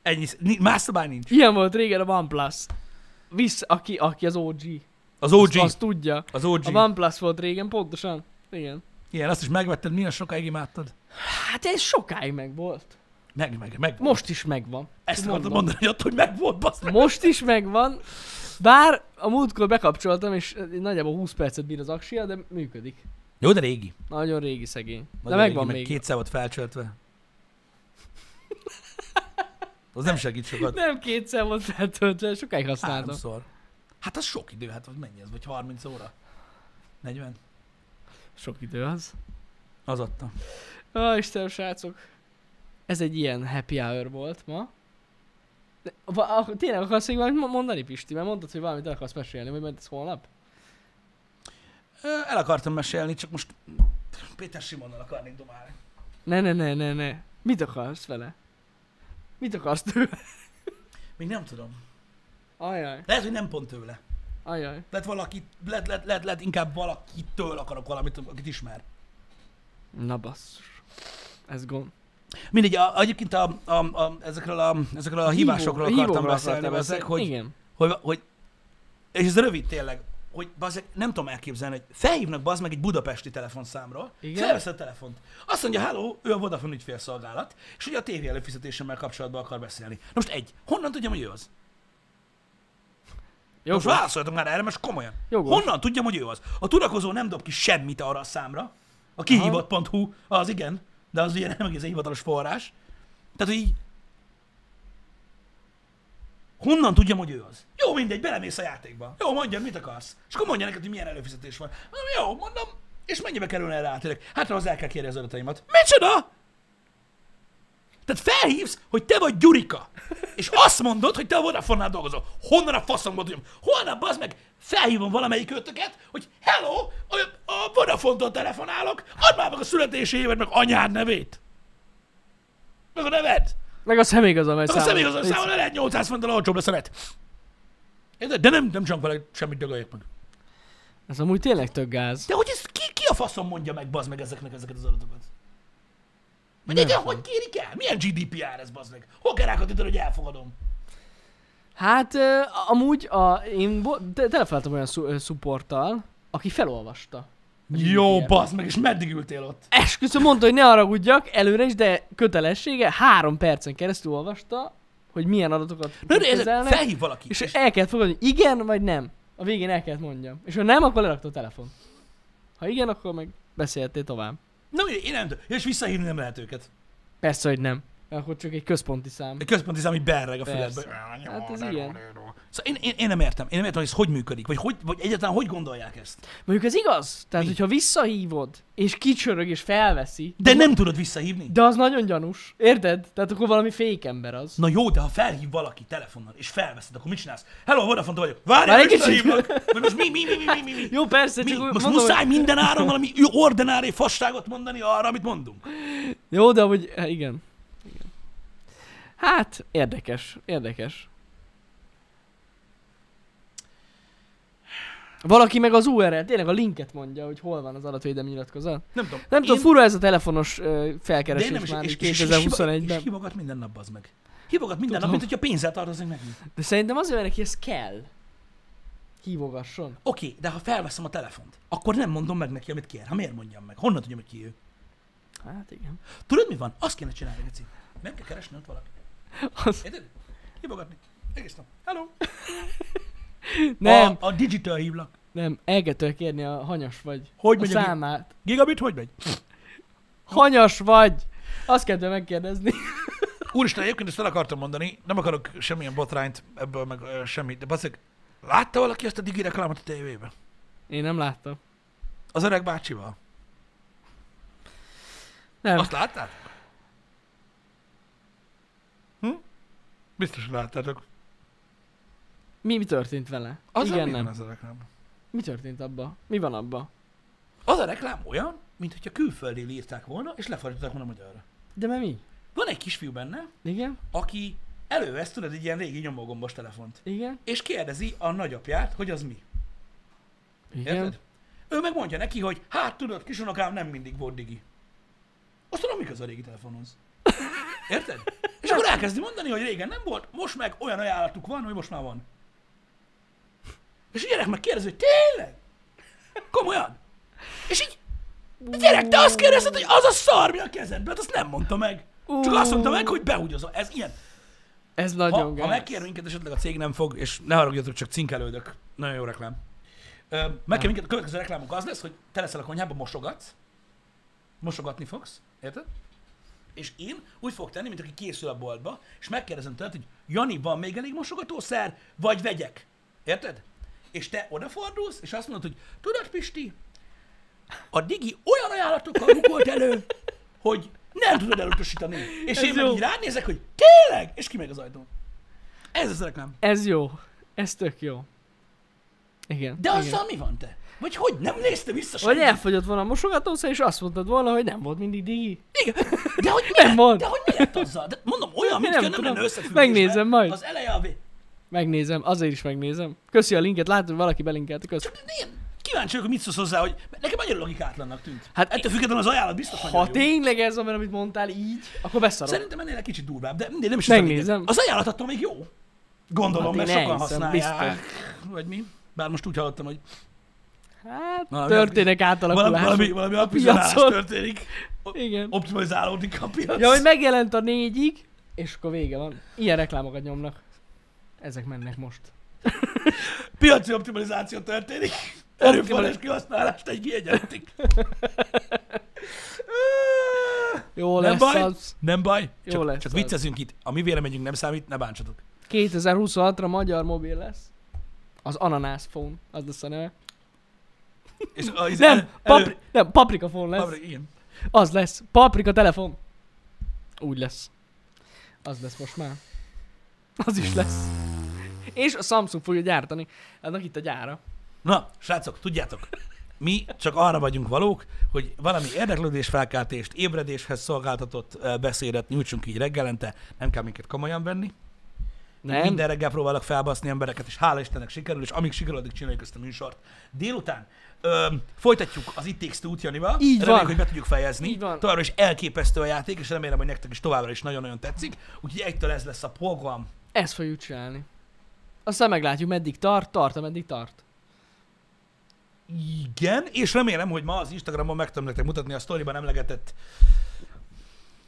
Speaker 1: Ennyi. Ni- Más szabály nincs.
Speaker 2: Ilyen volt régen a OnePlus. Visz, aki, aki az OG.
Speaker 1: Az OG.
Speaker 2: Azt, azt tudja.
Speaker 1: Az OG.
Speaker 2: A OnePlus volt régen, pontosan. Igen.
Speaker 1: Igen, azt is megvetted, milyen sokáig imádtad.
Speaker 2: Hát ez sokáig meg volt.
Speaker 1: Meg, meg, meg.
Speaker 2: Most is megvan.
Speaker 1: Ezt akartam
Speaker 2: mondom.
Speaker 1: mondani, hogy ott, hogy megvolt, bassz meg.
Speaker 2: Most is megvan. Bár a múltkor bekapcsoltam, és nagyjából 20 percet bír az aksia, de működik.
Speaker 1: Jó, de régi.
Speaker 2: Nagyon régi szegény.
Speaker 1: Nagyon
Speaker 2: de megvan
Speaker 1: régi,
Speaker 2: még.
Speaker 1: Meg kétszer volt felcsöltve. Az nem segít sokat.
Speaker 2: Nem kétszer volt feltöltve, sokáig használtam.
Speaker 1: Háromszor. Hát az sok idő, hát az mennyi ez, vagy 30 óra? 40?
Speaker 2: Sok idő az.
Speaker 1: Az adta.
Speaker 2: Ó, Istenem, srácok. Ez egy ilyen happy hour volt ma. De, va- a- tényleg akarsz még valamit mo- mondani, Pisti? Mert mondtad, hogy valamit el akarsz mesélni, hogy majd ez holnap?
Speaker 1: Ö, El akartam mesélni, csak most Péter Simonnal akarnék domálni.
Speaker 2: Ne, ne, ne, ne, ne. Mit akarsz vele? Mit akarsz tőle?
Speaker 1: Még nem tudom.
Speaker 2: Ajaj,
Speaker 1: Lehet, hogy nem pont tőle.
Speaker 2: ajaj.
Speaker 1: Lehet, valaki, lehet, lehet, lehet, lehet inkább valakitől akarok valamit, akit ismer.
Speaker 2: Na basszus. Ez gond.
Speaker 1: Mindegy, a, egyébként a, a, a, ezekről, a, ezekről a hívásokról
Speaker 2: Hívó-
Speaker 1: akartam
Speaker 2: hívókról
Speaker 1: beszélni,
Speaker 2: akartál
Speaker 1: ezek,
Speaker 2: beszélni.
Speaker 1: hogy,
Speaker 2: Igen.
Speaker 1: hogy, hogy, és ez rövid tényleg, hogy bazeg, nem tudom elképzelni, hogy felhívnak bazd meg egy budapesti telefonszámról,
Speaker 2: Igen.
Speaker 1: felveszed a telefont, azt mondja, hello, ő a Vodafone ügyfélszolgálat, és ugye a tévé előfizetésemmel kapcsolatban akar beszélni. Na Most egy, honnan tudjam, hogy ő az?
Speaker 2: Jogos.
Speaker 1: Most válaszoltam már erre, most komolyan.
Speaker 2: Jogos.
Speaker 1: Honnan tudjam, hogy ő az? A tudakozó nem dob ki semmit arra a számra. A kihívott.hu, az igen, de az ugye nem egészen hivatalos forrás. Tehát, hogy így... Honnan tudjam, hogy ő az? Jó, mindegy, belemész a játékba. Jó, mondjad, mit akarsz. És akkor mondja neked, hogy milyen előfizetés van. Mondom, jó, mondom, és mennyibe kerülne erre átérek? Hát hozzá el kell kérni az adataimat. Micsoda? Tehát felhívsz, hogy te vagy Gyurika, és azt mondod, hogy te a Vodafone-nál dolgozol. Honnan a faszomba tudjam? Holnap az meg felhívom valamelyik ötöket, hogy hello, a, a Vodafone-tól telefonálok, add már meg a születési évet, meg anyád nevét. Meg a neved.
Speaker 2: Meg a személyigazolvány
Speaker 1: Meg a személyigazolvány számon lehet 800 fonttal olcsóbb lesz a net. Érted? De nem, nem csak vele semmit dögöljek meg.
Speaker 2: Ez amúgy tényleg tök gáz.
Speaker 1: De hogy ez ki, ki a faszom mondja meg, bazd meg ezeknek ezeket az adatokat? Vagy
Speaker 2: Nem
Speaker 1: egyáltalán hogy kérik el? Milyen GDPR ez, bazd meg? Hol kell rákatítani, hogy elfogadom?
Speaker 2: Hát ö, amúgy a, én bo- te- telefonáltam olyan szu- ö, supporttal, aki felolvasta.
Speaker 1: Jó,
Speaker 2: Igen.
Speaker 1: bazd meg, és meddig ültél ott?
Speaker 2: Esküszöm, mondta, hogy ne haragudjak előre is, de kötelessége három percen keresztül olvasta, hogy milyen adatokat
Speaker 1: Na, de ez
Speaker 2: kezelnek,
Speaker 1: felhív valaki.
Speaker 2: és el kellett fogadni, hogy igen vagy nem. A végén el kellett mondjam. És ha nem, akkor lerakta a telefon. Ha igen, akkor meg beszéltél tovább.
Speaker 1: Na, mindegy, én nem tudom. És visszahívni nem lehet őket.
Speaker 2: Persze, hogy nem. Akkor csak egy központi szám.
Speaker 1: Egy központi szám, ami berreg a
Speaker 2: Persze.
Speaker 1: füledbe.
Speaker 2: Hát ez ilyen.
Speaker 1: Szóval én, én, én, nem értem. Én nem értem, hogy ez hogy működik. Vagy, hogy, vagy egyáltalán hogy gondolják ezt.
Speaker 2: Mondjuk ez igaz. Tehát,
Speaker 1: Mi?
Speaker 2: hogyha visszahívod, és kicsörög, és felveszi,
Speaker 1: De nem tudod visszahívni.
Speaker 2: De az nagyon gyanús. Érted? Tehát akkor valami fékember az.
Speaker 1: Na jó, de ha felhív valaki telefonnal, és felveszed, akkor mit csinálsz? Hello, Vodafone vagyok. Várj, Várj
Speaker 2: Várj egy kicsit.
Speaker 1: visszahívnak. Vagy most mi, mi, mi, mi, mi, mi, mi?
Speaker 2: Jó, persze,
Speaker 1: Mi?
Speaker 2: csak úgy
Speaker 1: Most
Speaker 2: mondom,
Speaker 1: muszáj minden áron valami ordinári fasságot mondani arra, amit mondunk.
Speaker 2: Hogy... Jó, de hogy... Hát, igen. igen. Hát, érdekes. Érdekes. Valaki meg az URL, tényleg a linket mondja, hogy hol van az adatvédelmi nyilatkozat.
Speaker 1: Nem tudom.
Speaker 2: Nem
Speaker 1: Én-
Speaker 2: tudom, fura ez a telefonos ö,
Speaker 1: de én
Speaker 2: felkeresés
Speaker 1: nem
Speaker 2: már
Speaker 1: és,
Speaker 2: így
Speaker 1: és, és, és, és
Speaker 2: 2021-ben.
Speaker 1: hívogat minden nap, bazd meg. Hívogat minden
Speaker 2: Tudom.
Speaker 1: nap, mint hogyha pénzzel tartozik neki.
Speaker 2: De szerintem azért, mert neki ez kell. Hívogasson.
Speaker 1: Oké, de ha felveszem a telefont, akkor nem mondom meg neki, amit kér. Ha miért mondjam meg? Honnan tudjam, hogy ki ő?
Speaker 2: Hát igen.
Speaker 1: Tudod, mi van? Azt kéne csinálni, Geci. Nem kell keresni ott valakit.
Speaker 2: Az...
Speaker 1: Érted? Hívogatni. Egész nap. Hello.
Speaker 2: Nem,
Speaker 1: A, a digital hívlak.
Speaker 2: nem, el kell tőle kérni a hanyas vagy.
Speaker 1: Hogy
Speaker 2: a
Speaker 1: megy a gép?
Speaker 2: számát.
Speaker 1: Gigabit hogy megy?
Speaker 2: Hanyas vagy? Azt kell tőle megkérdezni.
Speaker 1: Úristen, egyébként ezt el akartam mondani, nem akarok semmilyen botrányt ebből, meg ö, semmit, de baszeg, látta valaki azt a digi reklámot a tévében?
Speaker 2: Én nem láttam.
Speaker 1: Az öreg bácsival.
Speaker 2: Nem.
Speaker 1: Azt láttad? Hm? Biztos, hogy láttátok.
Speaker 2: Mi, mi történt vele?
Speaker 1: Az
Speaker 2: Igen,
Speaker 1: mi
Speaker 2: nem.
Speaker 1: Van az a reklám?
Speaker 2: Mi történt abba? Mi van abba?
Speaker 1: Az a reklám olyan, mint hogyha külföldről írták volna, és lefordították volna magyarra.
Speaker 2: De mert mi?
Speaker 1: Van egy kisfiú benne,
Speaker 2: Igen?
Speaker 1: aki elővesz, tudod, egy ilyen régi nyomógombos telefont.
Speaker 2: Igen?
Speaker 1: És kérdezi a nagyapját, hogy az mi.
Speaker 2: Igen?
Speaker 1: Érted? Ő meg mondja neki, hogy hát tudod, kisunokám nem mindig volt digi. Azt tudom, mik az a régi telefonhoz. Érted? És akkor elkezdi mondani, hogy régen nem volt, most meg olyan ajánlatuk van, hogy most már van. És a gyerek meg kérdezi, hogy tényleg? Komolyan? És így, a gyerek, te azt kérdezted, hogy az a szar, mi a kezedben, hát azt nem mondta meg. Csak azt mondta meg, hogy behugyozom. Ez ilyen.
Speaker 2: Ez
Speaker 1: Ha,
Speaker 2: nagyon
Speaker 1: ha megkér minket, esetleg a cég nem fog, és ne haragudjatok, csak cinkelődök. Nagyon jó reklám. Ö, Megkér minket, a következő reklámunk az lesz, hogy te leszel a konyhába, mosogatsz. Mosogatni fogsz, érted? És én úgy fogok tenni, mint aki készül a boltba, és megkérdezem tőled, hogy Jani, van még elég mosogatószer, vagy vegyek? Érted? És te odafordulsz, és azt mondod, hogy tudod, Pisti, a Digi olyan ajánlatokkal rukolt elő, hogy nem tudod elutasítani. És
Speaker 2: Ez
Speaker 1: én meg
Speaker 2: jó.
Speaker 1: így rád nézek, hogy tényleg? És kimegy az ajtón. Ez az a reklám.
Speaker 2: Ez jó. Ez tök jó. Igen.
Speaker 1: De
Speaker 2: igen.
Speaker 1: azzal mi van te? Vagy hogy? Nem nézte vissza
Speaker 2: Vagy
Speaker 1: senki.
Speaker 2: elfogyott volna a mosogatószer, és azt mondtad volna, hogy nem volt mindig díj.
Speaker 1: Igen. De hogy mi
Speaker 2: Nem
Speaker 1: lett,
Speaker 2: mond.
Speaker 1: De hogy mi lett azzal? De mondom, olyan, mint
Speaker 2: Nem
Speaker 1: nem, nem
Speaker 2: tudom.
Speaker 1: lenne összefüggésben.
Speaker 2: Megnézem majd.
Speaker 1: Az eleje a vé...
Speaker 2: Megnézem, azért is megnézem. Köszi a linket, látom, hogy valaki belinkelt, kösz.
Speaker 1: Csak én kíváncsi vagyok, hogy mit szólsz hozzá, hogy nekem annyira logikátlannak tűnt.
Speaker 2: Hát
Speaker 1: Hát ettől függetlenül az ajánlat biztos
Speaker 2: Ha
Speaker 1: nagyon jó.
Speaker 2: tényleg ez van, mert amit mondtál így, akkor beszarom.
Speaker 1: Szerintem ennél egy kicsit durvább, de mindig nem is
Speaker 2: Megnézem.
Speaker 1: ez a lényeg. Az ajánlat attól még jó. Gondolom,
Speaker 2: Hát
Speaker 1: mert
Speaker 2: én
Speaker 1: sokan
Speaker 2: elhiszem,
Speaker 1: használják. Vagy mi? Bár most úgy hallottam, hogy
Speaker 2: Hát,
Speaker 1: Valami-
Speaker 2: történnek
Speaker 1: valami, valami,
Speaker 2: átalakulások.
Speaker 1: valami optimizálás
Speaker 2: piacon.
Speaker 1: történik. O-
Speaker 2: Igen.
Speaker 1: Optimalizálódik a piac.
Speaker 2: Ja, hogy megjelent a négyig, és akkor vége van. Ilyen reklámokat nyomnak. Ezek mennek most.
Speaker 1: Piaci optimalizáció történik. Erőforrás kihasználást egy kiegyenlítik.
Speaker 2: Jó
Speaker 1: Nem
Speaker 2: lesz
Speaker 1: baj.
Speaker 2: az.
Speaker 1: Nem baj,
Speaker 2: Jó
Speaker 1: csak,
Speaker 2: lesz
Speaker 1: csak
Speaker 2: az.
Speaker 1: viccezünk itt. A mi véleményünk nem számít, ne bántsatok.
Speaker 2: 2026-ra magyar mobil lesz. Az ananász phone, az lesz a neve.
Speaker 1: És a, az
Speaker 2: Nem,
Speaker 1: elő-
Speaker 2: papri- nem, paprika phone lesz.
Speaker 1: papri- igen.
Speaker 2: Az lesz. Paprika telefon. Úgy lesz. Az lesz most már. Az is lesz. És a Samsung fogja gyártani. Ennek itt a gyára.
Speaker 1: Na, srácok, tudjátok, mi csak arra vagyunk valók, hogy valami érdeklődésfelkeltést, ébredéshez szolgáltatott ö, beszédet nyújtsunk így reggelente, nem kell minket komolyan venni.
Speaker 2: Nem?
Speaker 1: Minden reggel próbálok felbaszni embereket, és hála Istennek sikerül, és amíg sikerül, addig csináljuk ezt a műsort. Délután ö, folytatjuk az It Takes Two-t Janival.
Speaker 2: Így
Speaker 1: Reméljük,
Speaker 2: van.
Speaker 1: hogy be tudjuk fejezni.
Speaker 2: Így van.
Speaker 1: Továbbra is elképesztő a játék, és remélem, hogy nektek is továbbra is nagyon-nagyon tetszik. Úgyhogy egytől ez lesz a program.
Speaker 2: Ezt fogjuk csinálni. Aztán meglátjuk, meddig tart, tart, ameddig tart.
Speaker 1: Igen, és remélem, hogy ma az Instagramon meg tudom nektek mutatni a sztoriban emlegetett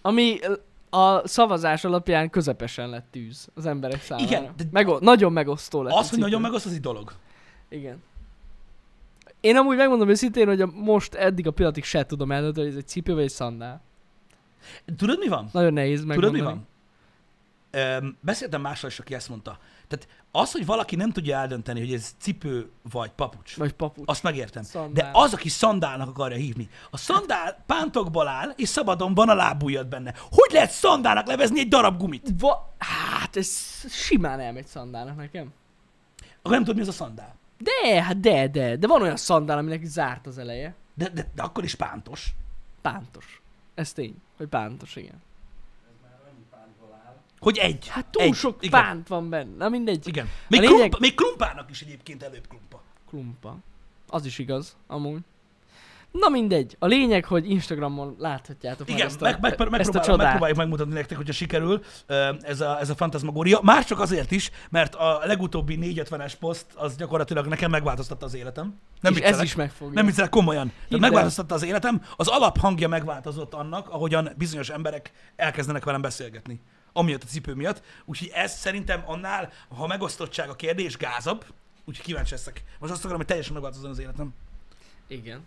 Speaker 2: Ami l- a szavazás alapján közepesen lett tűz az emberek számára.
Speaker 1: Igen, de-
Speaker 2: Mego- nagyon megosztó lett. a
Speaker 1: Az, hogy
Speaker 2: cipő.
Speaker 1: nagyon megoszt, az egy dolog.
Speaker 2: Igen. Én amúgy megmondom őszintén, hogy a most eddig a pillanatig se tudom eldönteni, hogy ez egy cipő vagy egy szandál.
Speaker 1: Tudod, mi van?
Speaker 2: Nagyon nehéz megmondani.
Speaker 1: Tudod, mi van? Öm, beszéltem mással is, aki ezt mondta. Tehát az, hogy valaki nem tudja eldönteni, hogy ez cipő vagy papucs,
Speaker 2: Vagy papucs.
Speaker 1: azt megértem.
Speaker 2: Szandál.
Speaker 1: De az, aki szandálnak akarja hívni. A szandál pántokból áll, és szabadon van a lábújad benne. Hogy lehet szandálnak levezni egy darab gumit?
Speaker 2: Va- hát ez simán elmegy szandálnak nekem.
Speaker 1: Akkor nem tudod, mi az a szandál.
Speaker 2: De, hát de, de. De van olyan szandál, aminek zárt az eleje.
Speaker 1: De, de, de akkor is pántos.
Speaker 2: Pántos. Ez tény, hogy pántos, igen.
Speaker 1: Hogy egy.
Speaker 2: Hát túl
Speaker 1: egy.
Speaker 2: egy, sok
Speaker 1: igen.
Speaker 2: igen. pánt van benne. Na mindegy.
Speaker 1: Igen. Még,
Speaker 2: lényeg-
Speaker 1: klumpa, még klumpának is egyébként előbb klumpa.
Speaker 2: Klumpa. Az is igaz, amúgy. Na mindegy. A lényeg, hogy Instagramon láthatjátok
Speaker 1: Igen,
Speaker 2: már ezt a,
Speaker 1: meg, meg, meg,
Speaker 2: ezt a
Speaker 1: megpróbálom,
Speaker 2: csodát.
Speaker 1: megpróbáljuk megmutatni nektek, hogyha sikerül ö, ez a, ez a fantasmagória. Már csak azért is, mert a legutóbbi 450-es poszt az gyakorlatilag nekem megváltoztatta az életem. Nem
Speaker 2: és ez
Speaker 1: viccelek.
Speaker 2: is megfogja.
Speaker 1: Nem viccelek, komolyan.
Speaker 2: el.
Speaker 1: Tehát megváltoztatta az életem. Az alaphangja megváltozott annak, ahogyan bizonyos emberek elkezdenek velem beszélgetni. Amiatt a cipő miatt. Úgyhogy ez szerintem annál, ha megosztottság a kérdés, gázabb. Úgyhogy kíváncsi leszek. Most azt akarom, hogy teljesen megváltozzon az életem.
Speaker 2: Igen.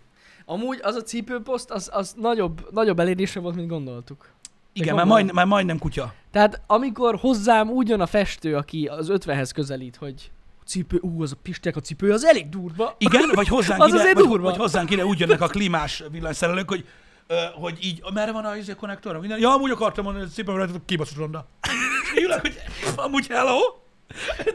Speaker 2: Amúgy az a cipőposzt, az, az nagyobb, nagyobb elérése volt, mint gondoltuk.
Speaker 1: Igen, már,
Speaker 2: gondolom.
Speaker 1: majd, már majdnem kutya.
Speaker 2: Tehát amikor hozzám úgy jön a festő, aki az 50-hez közelít, hogy cipő, ú, az a pistek a cipő, az elég durva.
Speaker 1: Igen, vagy hozzánk
Speaker 2: Az
Speaker 1: ide,
Speaker 2: azért
Speaker 1: vagy,
Speaker 2: durva.
Speaker 1: vagy hozzánk ide úgy jönnek a klímás villanyszerelők, hogy, ö, hogy így, merre van a izé konnektor? Minden? Ja, amúgy akartam mondani, hogy szépen rajta kibaszott ronda. És Ülök, hogy amúgy hello?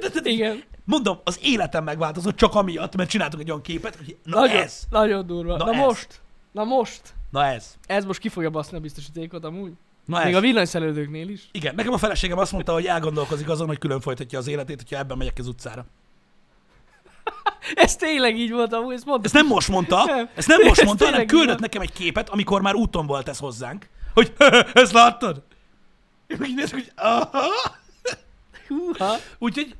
Speaker 1: De, de, de,
Speaker 2: Igen.
Speaker 1: Mondom, az életem megváltozott csak amiatt, mert csináltunk egy olyan képet, hogy na
Speaker 2: nagyon,
Speaker 1: ez,
Speaker 2: Nagyon durva.
Speaker 1: Na
Speaker 2: Na,
Speaker 1: ez.
Speaker 2: na most. Na most.
Speaker 1: na ez,
Speaker 2: Ez most ki fogja baszni a biztosítékot amúgy.
Speaker 1: na
Speaker 2: Még
Speaker 1: ez.
Speaker 2: a villanyszerelődőknél is.
Speaker 1: Igen, nekem a feleségem azt mondta, hogy elgondolkozik azon, hogy külön folytatja az életét, hogyha ebben megyek az utcára.
Speaker 2: Ez tényleg így volt amúgy, ezt mondta.
Speaker 1: Ezt nem most mondta,
Speaker 2: Nem.
Speaker 1: ezt nem most
Speaker 2: Ez
Speaker 1: mondta, hanem
Speaker 2: tényleg így
Speaker 1: küldött
Speaker 2: van.
Speaker 1: nekem egy képet, amikor már úton volt ez hozzánk, hogy ezt láttad? Én meg így nézek, hogy aha.
Speaker 2: Húha.
Speaker 1: Úgyhogy,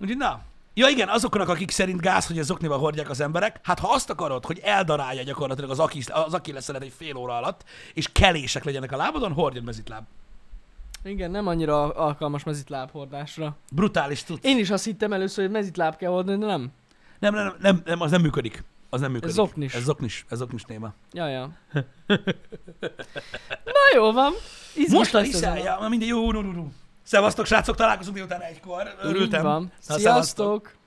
Speaker 1: úgyhogy na. Ja igen, azoknak, akik szerint gáz, hogy az oknival hordják az emberek, hát ha azt akarod, hogy eldarálja gyakorlatilag az aki, az aki egy fél óra alatt, és kelések legyenek a lábadon, hordjon mezitláb.
Speaker 2: Igen, nem annyira alkalmas mezitlábhordásra.
Speaker 1: Brutális tudsz.
Speaker 2: Én is azt hittem először, hogy mezitláb kell hordani, de nem.
Speaker 1: Nem, nem, nem, nem, az nem működik. Az nem működik.
Speaker 2: zoknis.
Speaker 1: Ez zoknis, ez zoknis néma.
Speaker 2: Ja, ja. Na jó van. Izgis
Speaker 1: Most a
Speaker 2: lesz ez a
Speaker 1: hiszel,
Speaker 2: nap.
Speaker 1: ja, na mindig jó, rú, rú, rú. Szevasztok, srácok, találkozunk délután egykor.
Speaker 2: Így
Speaker 1: Örültem.
Speaker 2: van.
Speaker 1: Na,
Speaker 2: Sziasztok.